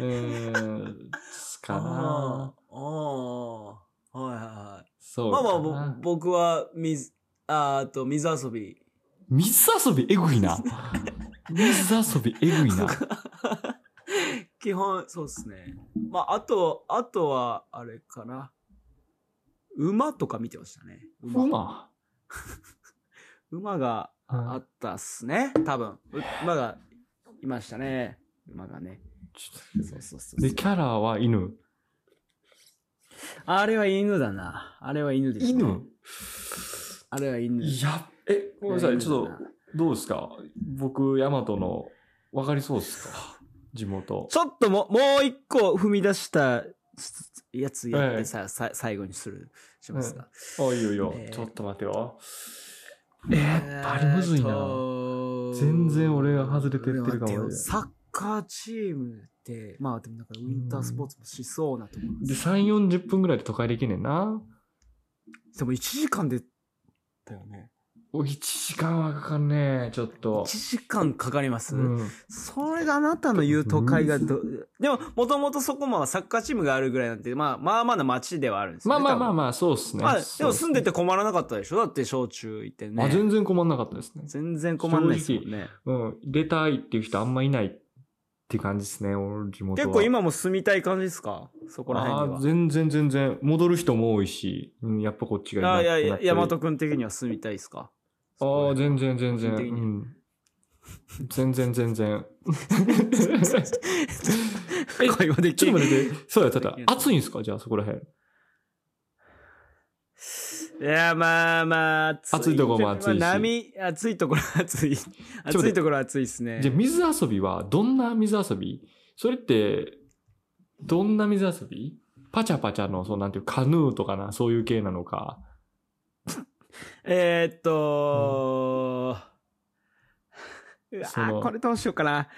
[SPEAKER 3] うーん、すかな
[SPEAKER 2] [laughs]
[SPEAKER 4] あ。ああ、はいはいはい。
[SPEAKER 3] そう
[SPEAKER 4] ま
[SPEAKER 3] か
[SPEAKER 4] あ
[SPEAKER 3] な。
[SPEAKER 4] まあ、ぼ僕は水、あーあと水遊び。
[SPEAKER 3] 水遊びえぐいな。水遊びえぐいな。
[SPEAKER 4] 基本、そうっすね。まあ、あと、あとは、あれかな。馬とか見てましたね。馬。
[SPEAKER 3] 馬
[SPEAKER 4] 馬があ
[SPEAKER 3] あ
[SPEAKER 4] ったっすね。多分。う馬がいましたね。馬がね。
[SPEAKER 3] ち
[SPEAKER 4] そうそうそう
[SPEAKER 3] ょっとで、キャラは犬。
[SPEAKER 4] あれは犬だな。あれは犬です、ね。あれは犬です。
[SPEAKER 3] や、え、ごめんなさい。ちょっ
[SPEAKER 4] 犬だ
[SPEAKER 3] と、どうですか僕、ヤマトの、わかりそうですか地元。
[SPEAKER 2] ちょっとももう一個踏み出した
[SPEAKER 4] やつやってさ、さ最後にする、しますか。
[SPEAKER 3] あ、いいよいいよ
[SPEAKER 4] えー。
[SPEAKER 3] ちょっと待てよ。
[SPEAKER 4] え
[SPEAKER 3] えー、あれむずいな。
[SPEAKER 4] な
[SPEAKER 3] 全然俺が外れてってるかもね
[SPEAKER 4] サッカーチームって、まあでもなんかウィンタースポーツもしそうなと思います
[SPEAKER 3] で、3、40分ぐらいで都会できねえな。
[SPEAKER 4] でも1時間で、だよね。
[SPEAKER 3] お、1時間はかかんねえ、ちょっと。
[SPEAKER 4] 1時間かかります、
[SPEAKER 3] うん
[SPEAKER 4] それがあなたの言う都会がど、でも、もともとそこもサッカーチームがあるぐらいなんて、まあ、まあまあな街ではあるんですよ
[SPEAKER 3] まあ
[SPEAKER 4] ね。
[SPEAKER 3] まあまあ
[SPEAKER 4] あ。
[SPEAKER 3] まあ、そうっすね。
[SPEAKER 4] まあ、で
[SPEAKER 3] そう
[SPEAKER 4] も
[SPEAKER 3] っす
[SPEAKER 4] 住んでて困らなかったでしょだって小中行ってね。
[SPEAKER 3] あ、全然困んなかったですね。
[SPEAKER 4] 全然困んないですもんね。
[SPEAKER 3] うん、出たいっていう人あんまいないって感じですね、俺地元は。
[SPEAKER 2] 結構今も住みたい感じですかそこら辺に
[SPEAKER 3] あ
[SPEAKER 2] は
[SPEAKER 3] ー全然全然、戻る人も多いし、うん、やっぱこっちが
[SPEAKER 2] あいやい
[SPEAKER 3] な
[SPEAKER 2] や
[SPEAKER 3] っ、てる
[SPEAKER 2] ヤマト君的には住みたいですか
[SPEAKER 3] あー全然全然、
[SPEAKER 2] 個
[SPEAKER 3] う
[SPEAKER 2] 人的に
[SPEAKER 3] ん。全然全然。
[SPEAKER 2] え会話
[SPEAKER 3] [laughs]
[SPEAKER 2] で
[SPEAKER 3] ち
[SPEAKER 2] き
[SPEAKER 3] ょっと
[SPEAKER 2] る。
[SPEAKER 3] 待
[SPEAKER 4] [laughs]
[SPEAKER 3] ってて、そうや、ただ、暑いんですかじゃあそこら辺。
[SPEAKER 2] いや、まあまあ、
[SPEAKER 3] 暑いとこも暑いし
[SPEAKER 2] まあ波、暑いところは暑い。
[SPEAKER 3] と待って
[SPEAKER 2] 暑いところは暑いですね
[SPEAKER 3] じゃ。あ水遊びは、どんな水遊びそれって、どんな水遊びパチャパチャの、そうなんていう、カヌーとかな、そういう系なのか。
[SPEAKER 2] えーっと、うわ
[SPEAKER 3] その
[SPEAKER 2] これどうしよう
[SPEAKER 3] [laughs]
[SPEAKER 2] かな。
[SPEAKER 4] あ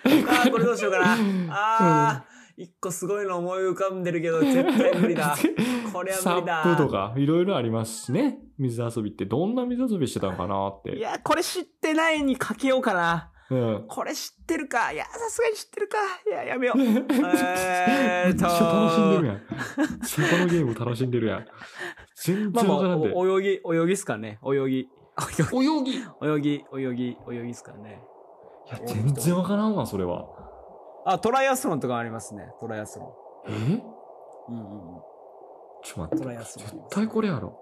[SPEAKER 4] あ、これどうしようかな。ああ、一個すごいの思い浮かんでるけど、絶対無理
[SPEAKER 3] [laughs]
[SPEAKER 4] だ。これは無理だ
[SPEAKER 3] サップとか、いろいろありますしね。水遊びって、どんな水遊びしてたのかなっ
[SPEAKER 2] い
[SPEAKER 3] て。
[SPEAKER 2] や、これ知ってないにかけようかな。
[SPEAKER 3] うん。
[SPEAKER 2] これ知ってるか。いや、さすがに知ってるか。いや、やめよう。え
[SPEAKER 3] めっ
[SPEAKER 2] ーっ
[SPEAKER 3] ち
[SPEAKER 2] と、
[SPEAKER 3] ゃ楽しんでるやん。そこのゲーム楽しんでるやん。全
[SPEAKER 2] まあ
[SPEAKER 3] 然
[SPEAKER 2] ま
[SPEAKER 3] わか
[SPEAKER 2] あ、
[SPEAKER 3] らんで。
[SPEAKER 2] お泳ぎ、泳ぎっすかね。泳ぎ。 [laughs]
[SPEAKER 3] 泳ぎい
[SPEAKER 2] 泳ぎ、泳ぎ、泳ぎっすかね。
[SPEAKER 3] や、全然わからんわ、それは。
[SPEAKER 2] あ、トライアスロンとかありますね。トライアスロ
[SPEAKER 3] えち
[SPEAKER 2] ン。うんうんうん。
[SPEAKER 3] ょっと
[SPEAKER 2] トラ
[SPEAKER 3] 待
[SPEAKER 2] イア
[SPEAKER 3] っ
[SPEAKER 2] ス
[SPEAKER 3] て。
[SPEAKER 2] ロン
[SPEAKER 3] 絶対これやろ。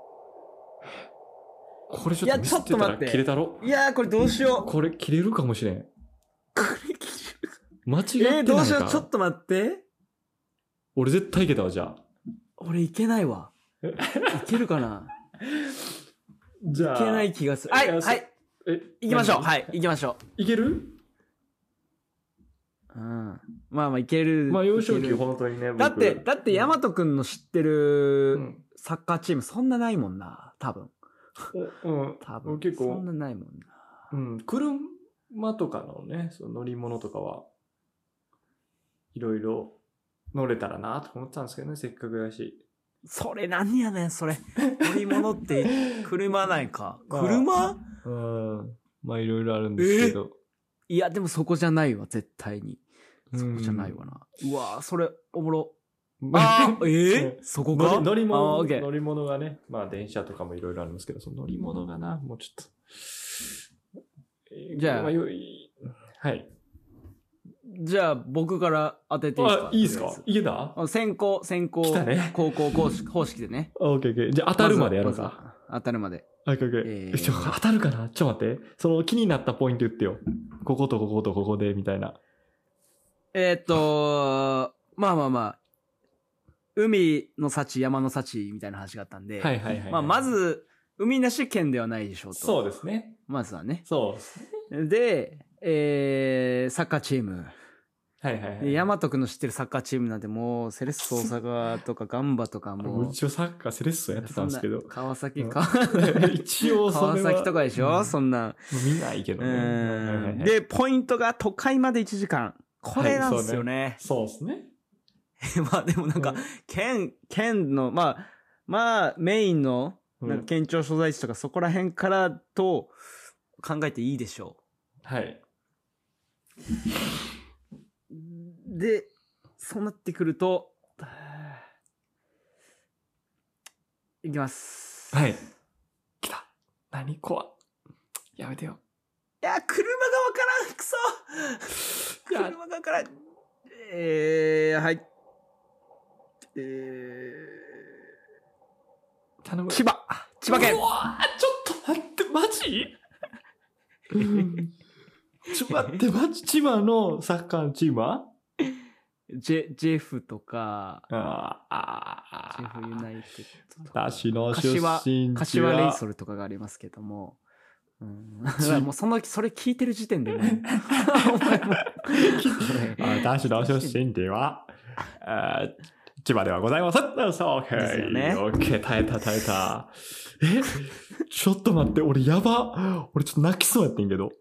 [SPEAKER 3] これちょっと見せて
[SPEAKER 2] いやちょ
[SPEAKER 3] た
[SPEAKER 2] っと待っ
[SPEAKER 3] ら
[SPEAKER 2] て
[SPEAKER 3] 切れたろ。
[SPEAKER 2] いやー、これどうしよ
[SPEAKER 3] これ切れるかもしれん。
[SPEAKER 2] う。これ、
[SPEAKER 3] 間違って
[SPEAKER 2] え
[SPEAKER 3] な
[SPEAKER 2] ー、
[SPEAKER 3] い
[SPEAKER 2] どうしよう。
[SPEAKER 3] か
[SPEAKER 2] ちょっと待って。
[SPEAKER 3] 俺絶対いけたわ、じゃあ。
[SPEAKER 2] 俺いけないわ。いける
[SPEAKER 3] [laughs]
[SPEAKER 2] かな
[SPEAKER 3] じゃ
[SPEAKER 2] い
[SPEAKER 3] あ。
[SPEAKER 2] けない気がする。はいい、
[SPEAKER 3] やそ
[SPEAKER 2] はい、
[SPEAKER 3] え、
[SPEAKER 2] 行きましょう。
[SPEAKER 3] 何
[SPEAKER 2] はい、行きましょ
[SPEAKER 3] いける
[SPEAKER 2] う。うん。まあまあ、いける。
[SPEAKER 3] まあ幼少
[SPEAKER 2] いけ
[SPEAKER 3] 期
[SPEAKER 2] る
[SPEAKER 3] 本当にね僕
[SPEAKER 2] だって、だって、ヤマト君の知って
[SPEAKER 3] う
[SPEAKER 2] る
[SPEAKER 3] ん、
[SPEAKER 2] サッカーチーム、そんなないもんな。多
[SPEAKER 3] う
[SPEAKER 2] 分。
[SPEAKER 3] ん
[SPEAKER 2] 多
[SPEAKER 3] う
[SPEAKER 2] 分。
[SPEAKER 3] ん結構
[SPEAKER 2] そんなないもんな。
[SPEAKER 3] うん、くるん馬とかのね、その乗り物とかは、いろいろ乗れたらなと思ってたんですけどね、せっかくだし。
[SPEAKER 2] それ何やねん、それ。乗り物って、車ないか。
[SPEAKER 3] [laughs] まあ
[SPEAKER 2] 車
[SPEAKER 3] うん。まあいろいろあるんですけど。
[SPEAKER 2] いや、でもそこじゃないわ、絶対に。そこじゃないわな。うわそれ、お
[SPEAKER 3] [laughs]
[SPEAKER 2] もろ。
[SPEAKER 3] うん。
[SPEAKER 2] あーえ
[SPEAKER 3] う
[SPEAKER 2] ーそ
[SPEAKER 3] [laughs]
[SPEAKER 2] こ
[SPEAKER 3] 乗
[SPEAKER 2] か
[SPEAKER 3] り乗り
[SPEAKER 2] あーオ
[SPEAKER 3] 物、
[SPEAKER 2] ッケー
[SPEAKER 3] 乗り物がね、まあ電車とかもいろいろあるんですけど、その乗り物がな、もうちょっと。えー
[SPEAKER 2] じゃあ
[SPEAKER 3] まよいはい。
[SPEAKER 2] じゃあ、僕から当てていいです
[SPEAKER 3] あ
[SPEAKER 2] か、
[SPEAKER 3] いいです
[SPEAKER 2] とり
[SPEAKER 3] か
[SPEAKER 2] あえず
[SPEAKER 3] いけた
[SPEAKER 2] あ先行、先行、
[SPEAKER 3] 来たね
[SPEAKER 2] 高校公式 [laughs] 方式でね。
[SPEAKER 3] オッケーオッケー。じゃあ当たるまでやろう
[SPEAKER 2] ず
[SPEAKER 3] か。
[SPEAKER 2] は。当たるまで。
[SPEAKER 3] はい、か
[SPEAKER 2] え
[SPEAKER 3] け。
[SPEAKER 2] ー
[SPEAKER 3] ちょ当たるかなちょっと待って。その気になったポイント言ってよ。こことこことここで、みたいな。
[SPEAKER 2] えーっと、まあまあまあ、海の幸、山の幸みたいな話があったんで、
[SPEAKER 3] はいはいはい。
[SPEAKER 2] まあ、ま、ず、海なし県ではないでしょうと。
[SPEAKER 3] そうですね。
[SPEAKER 2] まずはね。
[SPEAKER 3] そう。
[SPEAKER 2] で、えー、サッカーチーム。
[SPEAKER 3] はいはいはい。
[SPEAKER 2] で大和くんの知ってるサッカーチームなんてもう、セレッソ大阪とかガンバとか
[SPEAKER 3] あ
[SPEAKER 2] も
[SPEAKER 3] うちはサッカーセレッソやってたんですけど
[SPEAKER 2] そんな。川崎
[SPEAKER 3] うん [laughs]
[SPEAKER 2] か。
[SPEAKER 3] 一応そ
[SPEAKER 2] 川
[SPEAKER 3] れは、
[SPEAKER 2] 崎とかでしょ、
[SPEAKER 3] うん
[SPEAKER 2] そんなん。
[SPEAKER 3] 見ないけどね。はいはいは
[SPEAKER 2] う
[SPEAKER 3] い
[SPEAKER 2] ん。、で、ポイントが都会まで1時間。これなんですよね。 [laughs]
[SPEAKER 3] そうですね。
[SPEAKER 2] まあでもなんか
[SPEAKER 3] う、
[SPEAKER 2] 県、県の、まあ、まあ、メインの、
[SPEAKER 3] うん
[SPEAKER 2] なんか県庁所在地とかそこら辺からと考えていいでしょ
[SPEAKER 3] はい。
[SPEAKER 2] う。で、そうなってくると、 [sighs] いきます。
[SPEAKER 3] はいい。来た。何怖っやめてよ。
[SPEAKER 2] や、車がわからん、くそ
[SPEAKER 3] いや
[SPEAKER 2] 車がわからん。えー、はい。えー、
[SPEAKER 3] 頼む。
[SPEAKER 2] 千葉千葉県
[SPEAKER 3] うわーちょっと待って、マジちょっと待って、マジ千葉のサッカーのチームは
[SPEAKER 2] ジェ、ジェフとか、
[SPEAKER 3] あ
[SPEAKER 2] ジェフユ
[SPEAKER 3] あ。
[SPEAKER 2] ナイテッドとか。
[SPEAKER 3] 私の出身地
[SPEAKER 2] 柏
[SPEAKER 3] は、
[SPEAKER 2] 柏レイソルとかがありますけども。うん、だからもうそのそれ聞いてる時点でもう [laughs] お前もう
[SPEAKER 3] 私の出身地は、あー千葉ではございません。そう、オッケ
[SPEAKER 2] ですよね
[SPEAKER 3] ー。オッケー、耐えた耐えた。えちょっと待って、俺やば。俺ちょっと泣きそうやってんけど。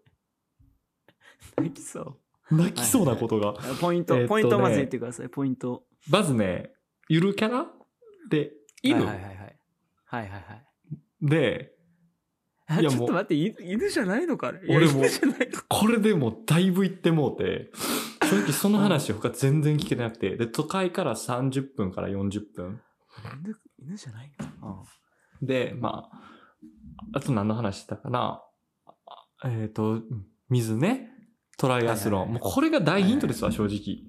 [SPEAKER 2] 泣きそう
[SPEAKER 3] 泣きそうなことが。
[SPEAKER 2] ポイント、
[SPEAKER 3] えーっとね
[SPEAKER 2] ポイントをまず言ってくださいポイント
[SPEAKER 3] まずね、ゆるキャラで、犬
[SPEAKER 2] はいはいはいはいはいはい
[SPEAKER 3] で、
[SPEAKER 2] はい
[SPEAKER 3] いや
[SPEAKER 2] ち
[SPEAKER 3] もう
[SPEAKER 2] ょっと待ってい犬じゃないのかあれいや
[SPEAKER 3] 俺も
[SPEAKER 2] 犬じゃないの
[SPEAKER 3] これでもうだいぶ行ってもうて、正直その話他全然聞けてなくて、で、都会から30分から40分。
[SPEAKER 2] 犬犬じゃないの
[SPEAKER 3] で、まあ、あと何の話したかな。あえっ、と、水ね。トライアスロン。
[SPEAKER 2] はいはいはい
[SPEAKER 3] もうこれが大ヒントですわ、正直。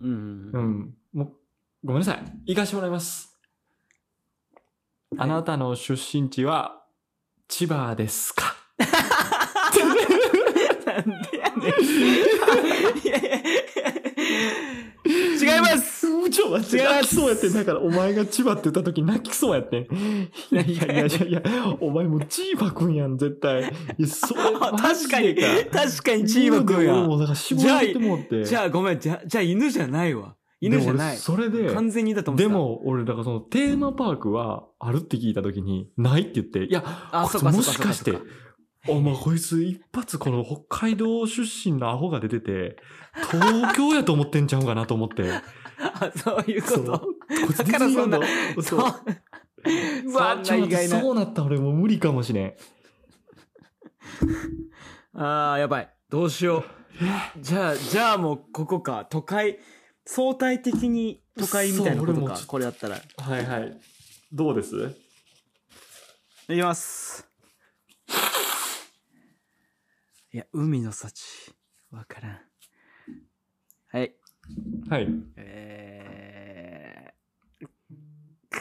[SPEAKER 2] うん [laughs]
[SPEAKER 3] う
[SPEAKER 2] うん
[SPEAKER 3] ん。もう、ごめんなさい。行かしてもらいます。あなたの出身地は、千葉ですか
[SPEAKER 2] なんでやねん [laughs] いやいやい [laughs] や違います
[SPEAKER 3] うちょ、間
[SPEAKER 2] 違います
[SPEAKER 3] 泣きそうやってん。だから、お前が千葉って言った時泣きそうやってん。いやいやいやいやいや、お前もう千葉くんやん、絶対。いや、そう、
[SPEAKER 2] あ
[SPEAKER 3] マ
[SPEAKER 2] [laughs] 確
[SPEAKER 3] ジ
[SPEAKER 2] か
[SPEAKER 3] で
[SPEAKER 2] に確かにチームくんや
[SPEAKER 3] 俺もだから絞られてもうて。
[SPEAKER 2] じゃあごめん、じゃあ、じゃあ犬じゃないわ。犬じゃない
[SPEAKER 3] で俺。それで、
[SPEAKER 2] 完全にだと思って
[SPEAKER 3] で
[SPEAKER 2] た。、
[SPEAKER 3] も俺、だからそのテーマパークはあるって聞いた時に、ないって言って、いや、
[SPEAKER 2] あ、
[SPEAKER 3] こ
[SPEAKER 2] そ
[SPEAKER 3] いつ
[SPEAKER 2] っかそ
[SPEAKER 3] も
[SPEAKER 2] っか
[SPEAKER 3] し
[SPEAKER 2] そっか
[SPEAKER 3] かし
[SPEAKER 2] そ
[SPEAKER 3] て
[SPEAKER 2] っか。、
[SPEAKER 3] お前こいつ一発この北海道出身のアホが出てて、東京やと思ってんちゃうかなと思って。
[SPEAKER 2] あ、そういう [laughs] こ
[SPEAKER 3] そう
[SPEAKER 2] と。
[SPEAKER 3] こいつ
[SPEAKER 2] だからそんな
[SPEAKER 3] ディズニーランド
[SPEAKER 2] そ。
[SPEAKER 3] そうう。
[SPEAKER 2] うわ、
[SPEAKER 3] ち
[SPEAKER 2] ち
[SPEAKER 3] ょ
[SPEAKER 2] ょ
[SPEAKER 3] っ
[SPEAKER 2] っ
[SPEAKER 3] と
[SPEAKER 2] と意
[SPEAKER 3] 待って
[SPEAKER 2] 外な。
[SPEAKER 3] そうなったら俺もう無理かもしれん。
[SPEAKER 2] あー、やばい。どうしよう。じゃあ、じゃあもうここか。都会。相対的に都会みたいなこと
[SPEAKER 3] そう俺もちょ
[SPEAKER 2] か
[SPEAKER 3] っ。と
[SPEAKER 2] これだったら。い
[SPEAKER 3] はいはい。どうです
[SPEAKER 2] きます。いや、海の幸。わからん。はい。
[SPEAKER 3] はい。
[SPEAKER 2] えーく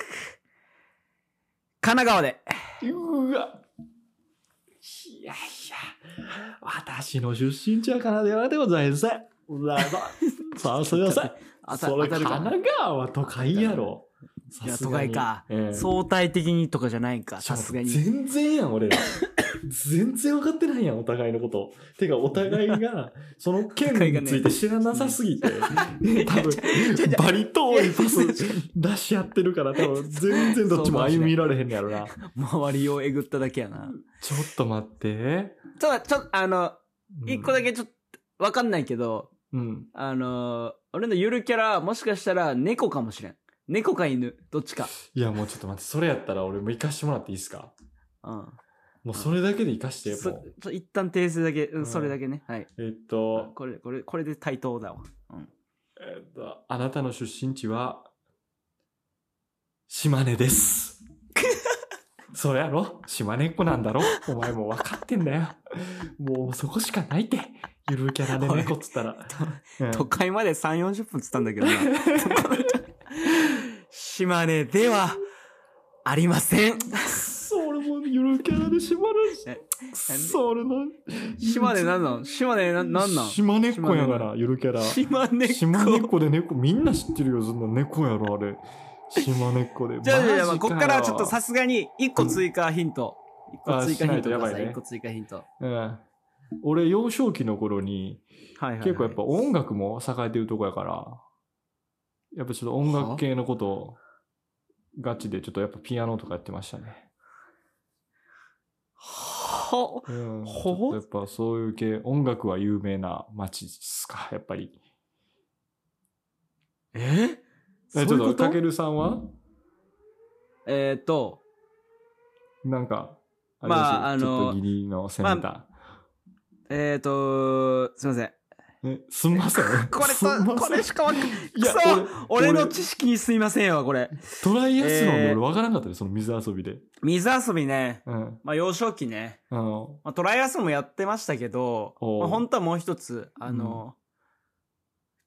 [SPEAKER 2] 神奈川で。
[SPEAKER 3] うわ。いやいや。私の出身地は神奈川でございません。 [laughs] ざいませんさあ、すみません。
[SPEAKER 2] あた
[SPEAKER 3] それ
[SPEAKER 2] 当た
[SPEAKER 3] 神
[SPEAKER 2] るか
[SPEAKER 3] 奈川は都会やろ。
[SPEAKER 2] いや
[SPEAKER 3] さすがに
[SPEAKER 2] 都会か
[SPEAKER 3] ええ
[SPEAKER 2] 相対的にとかじゃないか、さす
[SPEAKER 3] [laughs]
[SPEAKER 2] がに。
[SPEAKER 3] 全然やん、俺ら。全然分かってないやん、お互いのこと。てか、お互い
[SPEAKER 2] [laughs]
[SPEAKER 3] が、その件について知らなさすぎて、多分、バリ遠
[SPEAKER 2] [laughs]
[SPEAKER 3] いパス出し合ってるから、多分、全然どっちも歩みられへんのやろな。
[SPEAKER 2] 周りをえぐっただけやな。
[SPEAKER 3] ちょっと待って。
[SPEAKER 2] ちょ、ちょ、あの、
[SPEAKER 3] うん
[SPEAKER 2] 一個だけちょっと、わかんないけど、
[SPEAKER 3] うん
[SPEAKER 2] あのー俺のゆるキャラ、もしかしたら猫かもしれん。猫か犬、どっちか。
[SPEAKER 3] いやもうちょっと待ってそれやったら俺も行かしてもらっていいですか
[SPEAKER 2] うん。
[SPEAKER 3] もうそれだけで行かして
[SPEAKER 2] そ
[SPEAKER 3] もう
[SPEAKER 2] そ一旦訂正だけ、うん
[SPEAKER 3] うん
[SPEAKER 2] それだけね。はい。
[SPEAKER 3] えっと
[SPEAKER 2] これ、これ、これで対等だわ。
[SPEAKER 3] えっとあなたの出身地は島根です
[SPEAKER 2] [laughs]
[SPEAKER 3] それやろ島根っ子なんだろお前もう分かってんだよもうそこしかないってゆるキャラで猫っつったら、うん
[SPEAKER 5] 都会まで3、40分つったんだけどな。島根では、ありません。
[SPEAKER 3] そう、俺もゆるキャラで島根
[SPEAKER 2] え
[SPEAKER 3] し、そう、俺の。
[SPEAKER 2] 島根なんなん島根ななんなん
[SPEAKER 3] 島根っ子やから、ゆるキャラ。
[SPEAKER 2] 島根っ子。
[SPEAKER 3] 島根っ子で猫、みんな知ってるよ、そんな猫やろ、あれ。島根っ子で。
[SPEAKER 2] じゃあじゃあじゃあ
[SPEAKER 3] マジ
[SPEAKER 2] こ
[SPEAKER 3] よ
[SPEAKER 2] っからちょっとさすがに一個追加ヒント。一個
[SPEAKER 3] あ
[SPEAKER 2] 追加ヒ
[SPEAKER 3] しない
[SPEAKER 2] ントくだ
[SPEAKER 3] とやば
[SPEAKER 2] さ
[SPEAKER 3] い
[SPEAKER 2] い。
[SPEAKER 3] ね
[SPEAKER 2] 一個追加ヒント。
[SPEAKER 3] うん。俺、幼少期の頃に、
[SPEAKER 2] はいはい、
[SPEAKER 3] 結構やっぱ音楽も栄えてるとこやから、やっぱちょっと音楽系のこと、ガチでちょっとやっぱピアノとかやってましたね。
[SPEAKER 2] は
[SPEAKER 3] うん、ち
[SPEAKER 2] ほ
[SPEAKER 3] ょっとやっぱそういう系、音楽は有名な街っすか、やっぱり。
[SPEAKER 2] え
[SPEAKER 3] えち
[SPEAKER 2] そういう
[SPEAKER 3] ょっ
[SPEAKER 2] こと
[SPEAKER 3] と、たけるさんは、
[SPEAKER 2] えっ、ー、と、
[SPEAKER 3] なんか、あれ
[SPEAKER 2] ま
[SPEAKER 3] です
[SPEAKER 2] あ
[SPEAKER 3] ちょ
[SPEAKER 2] あ
[SPEAKER 3] っと
[SPEAKER 2] の
[SPEAKER 3] 義理のセンター。
[SPEAKER 2] えっ、ー、と、すい
[SPEAKER 3] [laughs]
[SPEAKER 2] ません。
[SPEAKER 3] えすんません。
[SPEAKER 2] [laughs] これ
[SPEAKER 3] [laughs] すんません
[SPEAKER 2] さ、これしかわかんない。
[SPEAKER 3] いや
[SPEAKER 2] くそ
[SPEAKER 3] 俺
[SPEAKER 2] 俺の知識にすいませんわ、これ。
[SPEAKER 3] トライアスロンで
[SPEAKER 2] え
[SPEAKER 3] 俺
[SPEAKER 2] ー
[SPEAKER 3] 分からんかったで、その水遊びで。
[SPEAKER 2] 水遊びね。
[SPEAKER 3] うん。
[SPEAKER 2] まあ、幼少期ね。
[SPEAKER 3] あの、
[SPEAKER 2] まあ、トライアスロンもやってましたけど、
[SPEAKER 3] おう
[SPEAKER 2] まあ、本当はもう一つ、あの、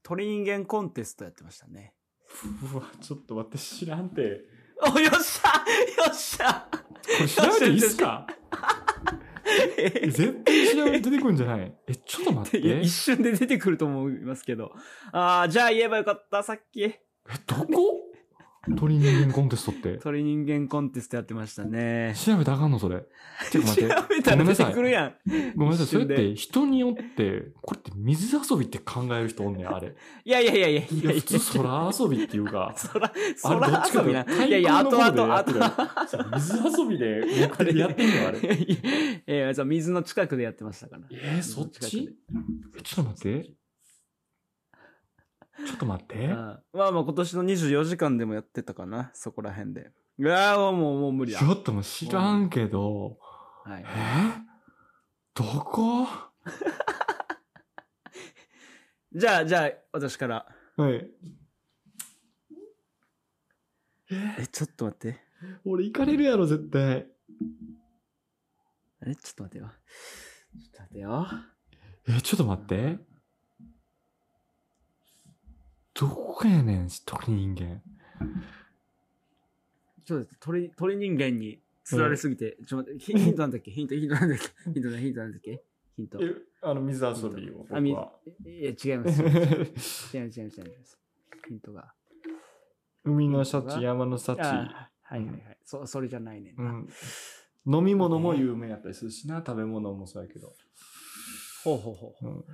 [SPEAKER 2] 鳥人間コンテストやってましたね。
[SPEAKER 3] [laughs] うわ、ちょっと待って、知らんて。
[SPEAKER 2] お、よっしゃよっしゃ
[SPEAKER 3] これ調べていいっすかえ [laughs] 絶対調べて出てくるんじゃないえ、ちょっと待っ
[SPEAKER 2] いや
[SPEAKER 3] て
[SPEAKER 2] 一。瞬で出てくると思いますけど。ああ、じゃあ言えばよかった、さっき。
[SPEAKER 3] え、どこ鳥人間コンテストって。
[SPEAKER 2] 鳥人間コンテストやってましたね。
[SPEAKER 3] 調べたらあかんの、それ。ちょ
[SPEAKER 2] 調
[SPEAKER 3] っと待
[SPEAKER 2] [laughs]
[SPEAKER 3] って。
[SPEAKER 2] べたら出てくるやん。
[SPEAKER 3] ごめんなさい、それっ
[SPEAKER 2] 一瞬で
[SPEAKER 3] て人によって、これって水遊びって考える人おんねん、あれ。
[SPEAKER 2] いやいやいやいや [laughs] い
[SPEAKER 3] い
[SPEAKER 2] や
[SPEAKER 3] や、
[SPEAKER 2] いや
[SPEAKER 3] 普。通空遊びっていうか。
[SPEAKER 2] 空、
[SPEAKER 3] あれどっ
[SPEAKER 2] [laughs] 空
[SPEAKER 3] ちか
[SPEAKER 2] 遊
[SPEAKER 3] と
[SPEAKER 2] び
[SPEAKER 3] いう
[SPEAKER 2] な。
[SPEAKER 3] と
[SPEAKER 2] いやいや、あとあと、あと。
[SPEAKER 3] 太鼓の方でやってるやつや水遊びで目的でやってんのあ
[SPEAKER 2] [laughs]
[SPEAKER 3] れ。
[SPEAKER 2] いやいや、じゃあ水の近くでやってましたから。
[SPEAKER 3] えー、そっちえちょっと待って。ちょっと待って。
[SPEAKER 2] あーまあまあ今年の24時間でもやってたかな、そこら辺で。いやーもう、もう無理
[SPEAKER 3] ち
[SPEAKER 2] だ。
[SPEAKER 3] ょっともう知らんけど、
[SPEAKER 2] はい
[SPEAKER 3] え。ーどこは
[SPEAKER 2] じゃあ、じゃあ、私から。
[SPEAKER 3] い。えー
[SPEAKER 2] え、ちょっと待って。
[SPEAKER 3] 俺行かれるやろ、絶対。
[SPEAKER 2] あれちょっと待てよ。ちょっと待てよ。
[SPEAKER 3] えーちょっと待って。どこやねん、鳥人間。
[SPEAKER 2] ちょっと待って鳥、鳥人間に釣られすぎて、ちょっ
[SPEAKER 3] [laughs]
[SPEAKER 2] と待って、ヒヒントなんだっけヒント、ヒントなんだっけヒントだ、ヒントなんだっけヒント。
[SPEAKER 3] え、あの、水遊
[SPEAKER 2] び
[SPEAKER 3] を
[SPEAKER 2] あみいや、違います。違う違う違う違います。ヒントが。
[SPEAKER 3] 海の幸、山の幸。
[SPEAKER 2] あーはいはいはい。そ、それじゃないねん
[SPEAKER 3] う
[SPEAKER 2] な。
[SPEAKER 3] ん。飲み物も有名やったりするしな、食べ物もそうやけど。
[SPEAKER 2] ほうほうほうほう。
[SPEAKER 3] うん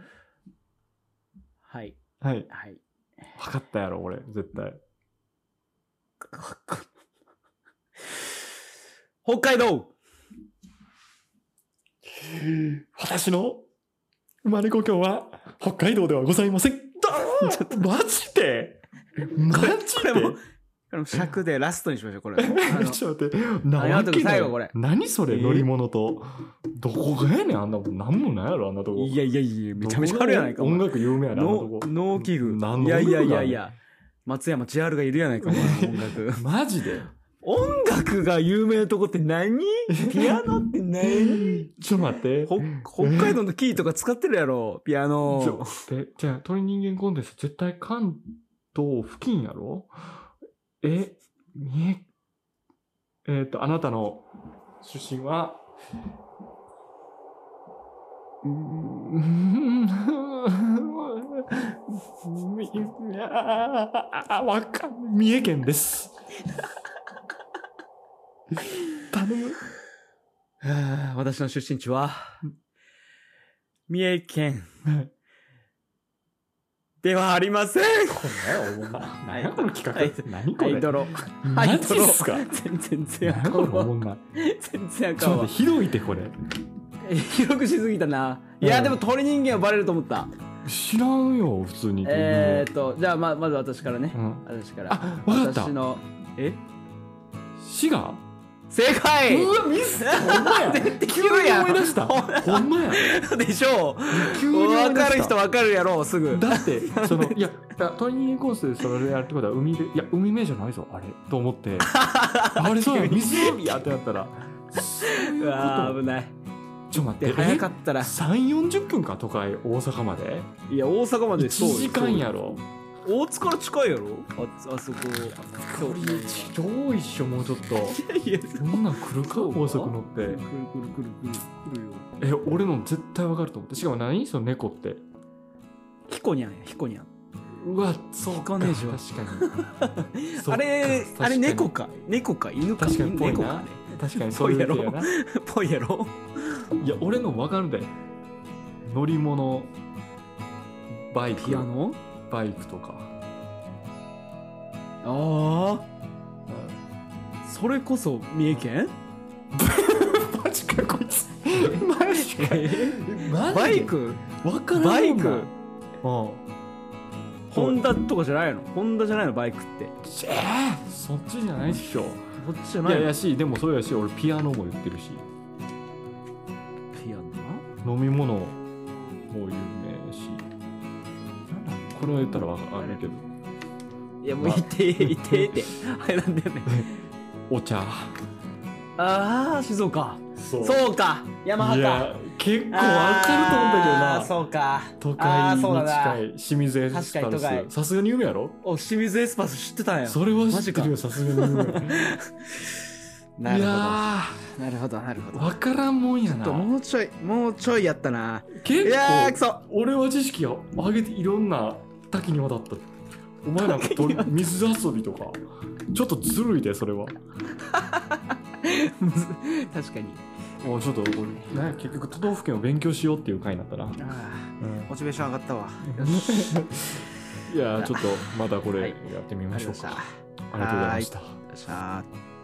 [SPEAKER 2] はい、
[SPEAKER 3] はい。
[SPEAKER 2] はい。
[SPEAKER 3] 分かったやろ、俺、絶対。
[SPEAKER 2] 北海道
[SPEAKER 3] 私の生まれ故郷は北海道ではございません。 [laughs] ちょっとマジでマジ
[SPEAKER 2] これもう、これもう尺でラストにしましょ
[SPEAKER 3] [laughs]
[SPEAKER 2] う、これ。あの
[SPEAKER 3] ちょっと待って。
[SPEAKER 2] あ
[SPEAKER 3] な
[SPEAKER 2] り
[SPEAKER 3] わ
[SPEAKER 2] がとう
[SPEAKER 3] けない
[SPEAKER 2] 最後これ
[SPEAKER 3] 何それ、
[SPEAKER 2] えー
[SPEAKER 3] 乗り物と。どこがやねん、あんなもん。なんもないやろ、あんなとこ。
[SPEAKER 2] いやいやいや、めちゃめちゃあるやないか。お
[SPEAKER 3] 音
[SPEAKER 2] 前
[SPEAKER 3] 楽有名やな、あんなと
[SPEAKER 2] 農
[SPEAKER 3] こ。
[SPEAKER 2] 農機具。
[SPEAKER 3] 何の
[SPEAKER 2] いやいや
[SPEAKER 3] 音
[SPEAKER 2] い
[SPEAKER 3] 楽が。
[SPEAKER 2] やいや。松山千春がいるやないか、お前音楽
[SPEAKER 3] [laughs] マジで
[SPEAKER 2] 音楽が有名なとこって何 [laughs] ピアノって何
[SPEAKER 3] [laughs] ちょっと待って。
[SPEAKER 2] ほ北海道のキーとか使ってるやろ、ピア
[SPEAKER 3] ちょ
[SPEAKER 2] ノ。
[SPEAKER 3] でじゃあ、鳥人間コンテスト絶対関東付近やろえ、三重、えっ、と、あなたの出身は、うーん、みいやーわかん、三重県 [laughs] です。頼む。
[SPEAKER 2] はあ私の出身地は、三
[SPEAKER 3] [laughs]
[SPEAKER 2] 重県
[SPEAKER 3] はい
[SPEAKER 2] ではありません。
[SPEAKER 3] 何やこの企画。何こ
[SPEAKER 2] ア
[SPEAKER 3] れ。
[SPEAKER 2] イドロ。ア
[SPEAKER 3] マ
[SPEAKER 2] イ
[SPEAKER 3] ジ
[SPEAKER 2] ド
[SPEAKER 3] っ
[SPEAKER 2] ロ。
[SPEAKER 3] すか
[SPEAKER 2] [laughs] 全然全然あ
[SPEAKER 3] 何
[SPEAKER 2] か
[SPEAKER 3] これ
[SPEAKER 2] ん
[SPEAKER 3] お
[SPEAKER 2] わ
[SPEAKER 3] もんない。
[SPEAKER 2] [laughs] 全然あ
[SPEAKER 3] ちょ
[SPEAKER 2] か
[SPEAKER 3] っ
[SPEAKER 2] ん
[SPEAKER 3] と待
[SPEAKER 2] わ
[SPEAKER 3] って。ひどいってこれ。
[SPEAKER 2] 広くしすぎたな。いや、
[SPEAKER 3] うん
[SPEAKER 2] でも鳥人間はバレると思った。
[SPEAKER 3] 知らんよ普通に
[SPEAKER 2] えーっと、じゃあま、まず私からね
[SPEAKER 3] う。ん、
[SPEAKER 2] 私から。
[SPEAKER 3] あわかった
[SPEAKER 2] 私の、え
[SPEAKER 3] 滋賀
[SPEAKER 2] 正解
[SPEAKER 3] うわミスほんま
[SPEAKER 2] [laughs]
[SPEAKER 3] や
[SPEAKER 2] 急やん
[SPEAKER 3] 急に思い出したほんまや
[SPEAKER 2] でしょ
[SPEAKER 3] 急
[SPEAKER 2] う
[SPEAKER 3] に思い出し
[SPEAKER 2] 分
[SPEAKER 3] た
[SPEAKER 2] かる人分かるやろう、すぐ。
[SPEAKER 3] だってそのいやだ鳥人間コースでそれやるってことは海辺いや海辺じゃないぞあれと思って
[SPEAKER 2] [laughs]
[SPEAKER 3] あれそうや湖やってなったらそういううこ
[SPEAKER 2] わー危ない。
[SPEAKER 3] とちょっと待っ
[SPEAKER 2] で、
[SPEAKER 3] て
[SPEAKER 2] 早か
[SPEAKER 3] っ
[SPEAKER 2] ったら。
[SPEAKER 3] 3 4 0分か都会大阪まで
[SPEAKER 2] いや、大阪までそう
[SPEAKER 3] 1
[SPEAKER 2] よ
[SPEAKER 3] 時間やろ
[SPEAKER 2] そうよ大津から近いやろああそこ。そう
[SPEAKER 3] いや遠いっしょもうちょっと
[SPEAKER 2] いや、
[SPEAKER 3] そんなん来るか
[SPEAKER 2] そうか
[SPEAKER 3] 大阪乗っ
[SPEAKER 2] くる
[SPEAKER 3] て
[SPEAKER 2] くるくるくるくるよ。
[SPEAKER 3] え俺の絶対わかると思ってしかも何その猫って
[SPEAKER 2] ヒコニャンや、ヒコニャン。
[SPEAKER 3] うわそうか
[SPEAKER 2] 聞かねえじゃん
[SPEAKER 3] 確か [laughs] にそっ
[SPEAKER 2] あ
[SPEAKER 3] か
[SPEAKER 2] れ、
[SPEAKER 3] 確
[SPEAKER 2] あ
[SPEAKER 3] かに
[SPEAKER 2] れ猫か。猫か、犬か。
[SPEAKER 3] 確かにぽいな
[SPEAKER 2] 猫かね。
[SPEAKER 3] 確かにそういう系やな
[SPEAKER 2] [laughs] ぽいやろ
[SPEAKER 3] いや俺の分かるで乗り物バイク
[SPEAKER 2] ピアノ
[SPEAKER 3] バイクとか
[SPEAKER 2] ああ。それこそ、三重県
[SPEAKER 3] マジかこいつマジかマジ
[SPEAKER 2] バイク
[SPEAKER 3] 分からん
[SPEAKER 2] バイ
[SPEAKER 3] うん
[SPEAKER 2] クホンダとかじゃないのホンダじゃないのバイクって。
[SPEAKER 3] えーそっちじゃないっしょ
[SPEAKER 2] こっちじゃ
[SPEAKER 3] い
[SPEAKER 2] ない
[SPEAKER 3] や
[SPEAKER 2] の
[SPEAKER 3] いやしでもそうやし俺ピアノも言ってるし
[SPEAKER 2] ピアノ
[SPEAKER 3] 飲み物も有名やしこれを言ったら分かるけど
[SPEAKER 2] いや、もう言って、言って、言って。はい、なんだよね。
[SPEAKER 3] お茶
[SPEAKER 2] ああ、静岡。
[SPEAKER 3] そ
[SPEAKER 2] そうか山
[SPEAKER 3] い
[SPEAKER 2] 形
[SPEAKER 3] や結構分
[SPEAKER 2] あ
[SPEAKER 3] か
[SPEAKER 2] ー
[SPEAKER 3] ると思
[SPEAKER 2] そうか
[SPEAKER 3] うんだけどな都
[SPEAKER 2] あ
[SPEAKER 3] 会
[SPEAKER 2] ー
[SPEAKER 3] に
[SPEAKER 2] そうだな
[SPEAKER 3] 近い清水エスパ
[SPEAKER 2] 確
[SPEAKER 3] ル
[SPEAKER 2] かに都会
[SPEAKER 3] スさすがに有名やろ
[SPEAKER 2] お清水エスパス知ってたんや
[SPEAKER 3] それは知ってるよさすがに有名
[SPEAKER 2] ないるほど
[SPEAKER 3] や
[SPEAKER 2] なるほどなるほ
[SPEAKER 3] ー
[SPEAKER 2] ど
[SPEAKER 3] 分からんもんや
[SPEAKER 2] ちょっと
[SPEAKER 3] な
[SPEAKER 2] もうちょいもうちょいやったな
[SPEAKER 3] 結
[SPEAKER 2] いやーく
[SPEAKER 3] 構
[SPEAKER 2] そ [laughs]
[SPEAKER 3] 俺は知識を上げていろんな多岐にわたったお前なんかと水遊びとかちょっとずるいでそれは
[SPEAKER 2] むず確かに
[SPEAKER 3] もうちょっとこれなんや結局都道府県を勉強しようっていう回になったな、
[SPEAKER 2] あ
[SPEAKER 3] うん [laughs]
[SPEAKER 2] ーモチベーション上がったわ
[SPEAKER 3] いやーちょっとまたこ
[SPEAKER 2] は
[SPEAKER 3] れ
[SPEAKER 2] い
[SPEAKER 3] やってみましょうか、
[SPEAKER 2] ありがとうございました
[SPEAKER 3] ありがとうございました
[SPEAKER 2] よっしゃー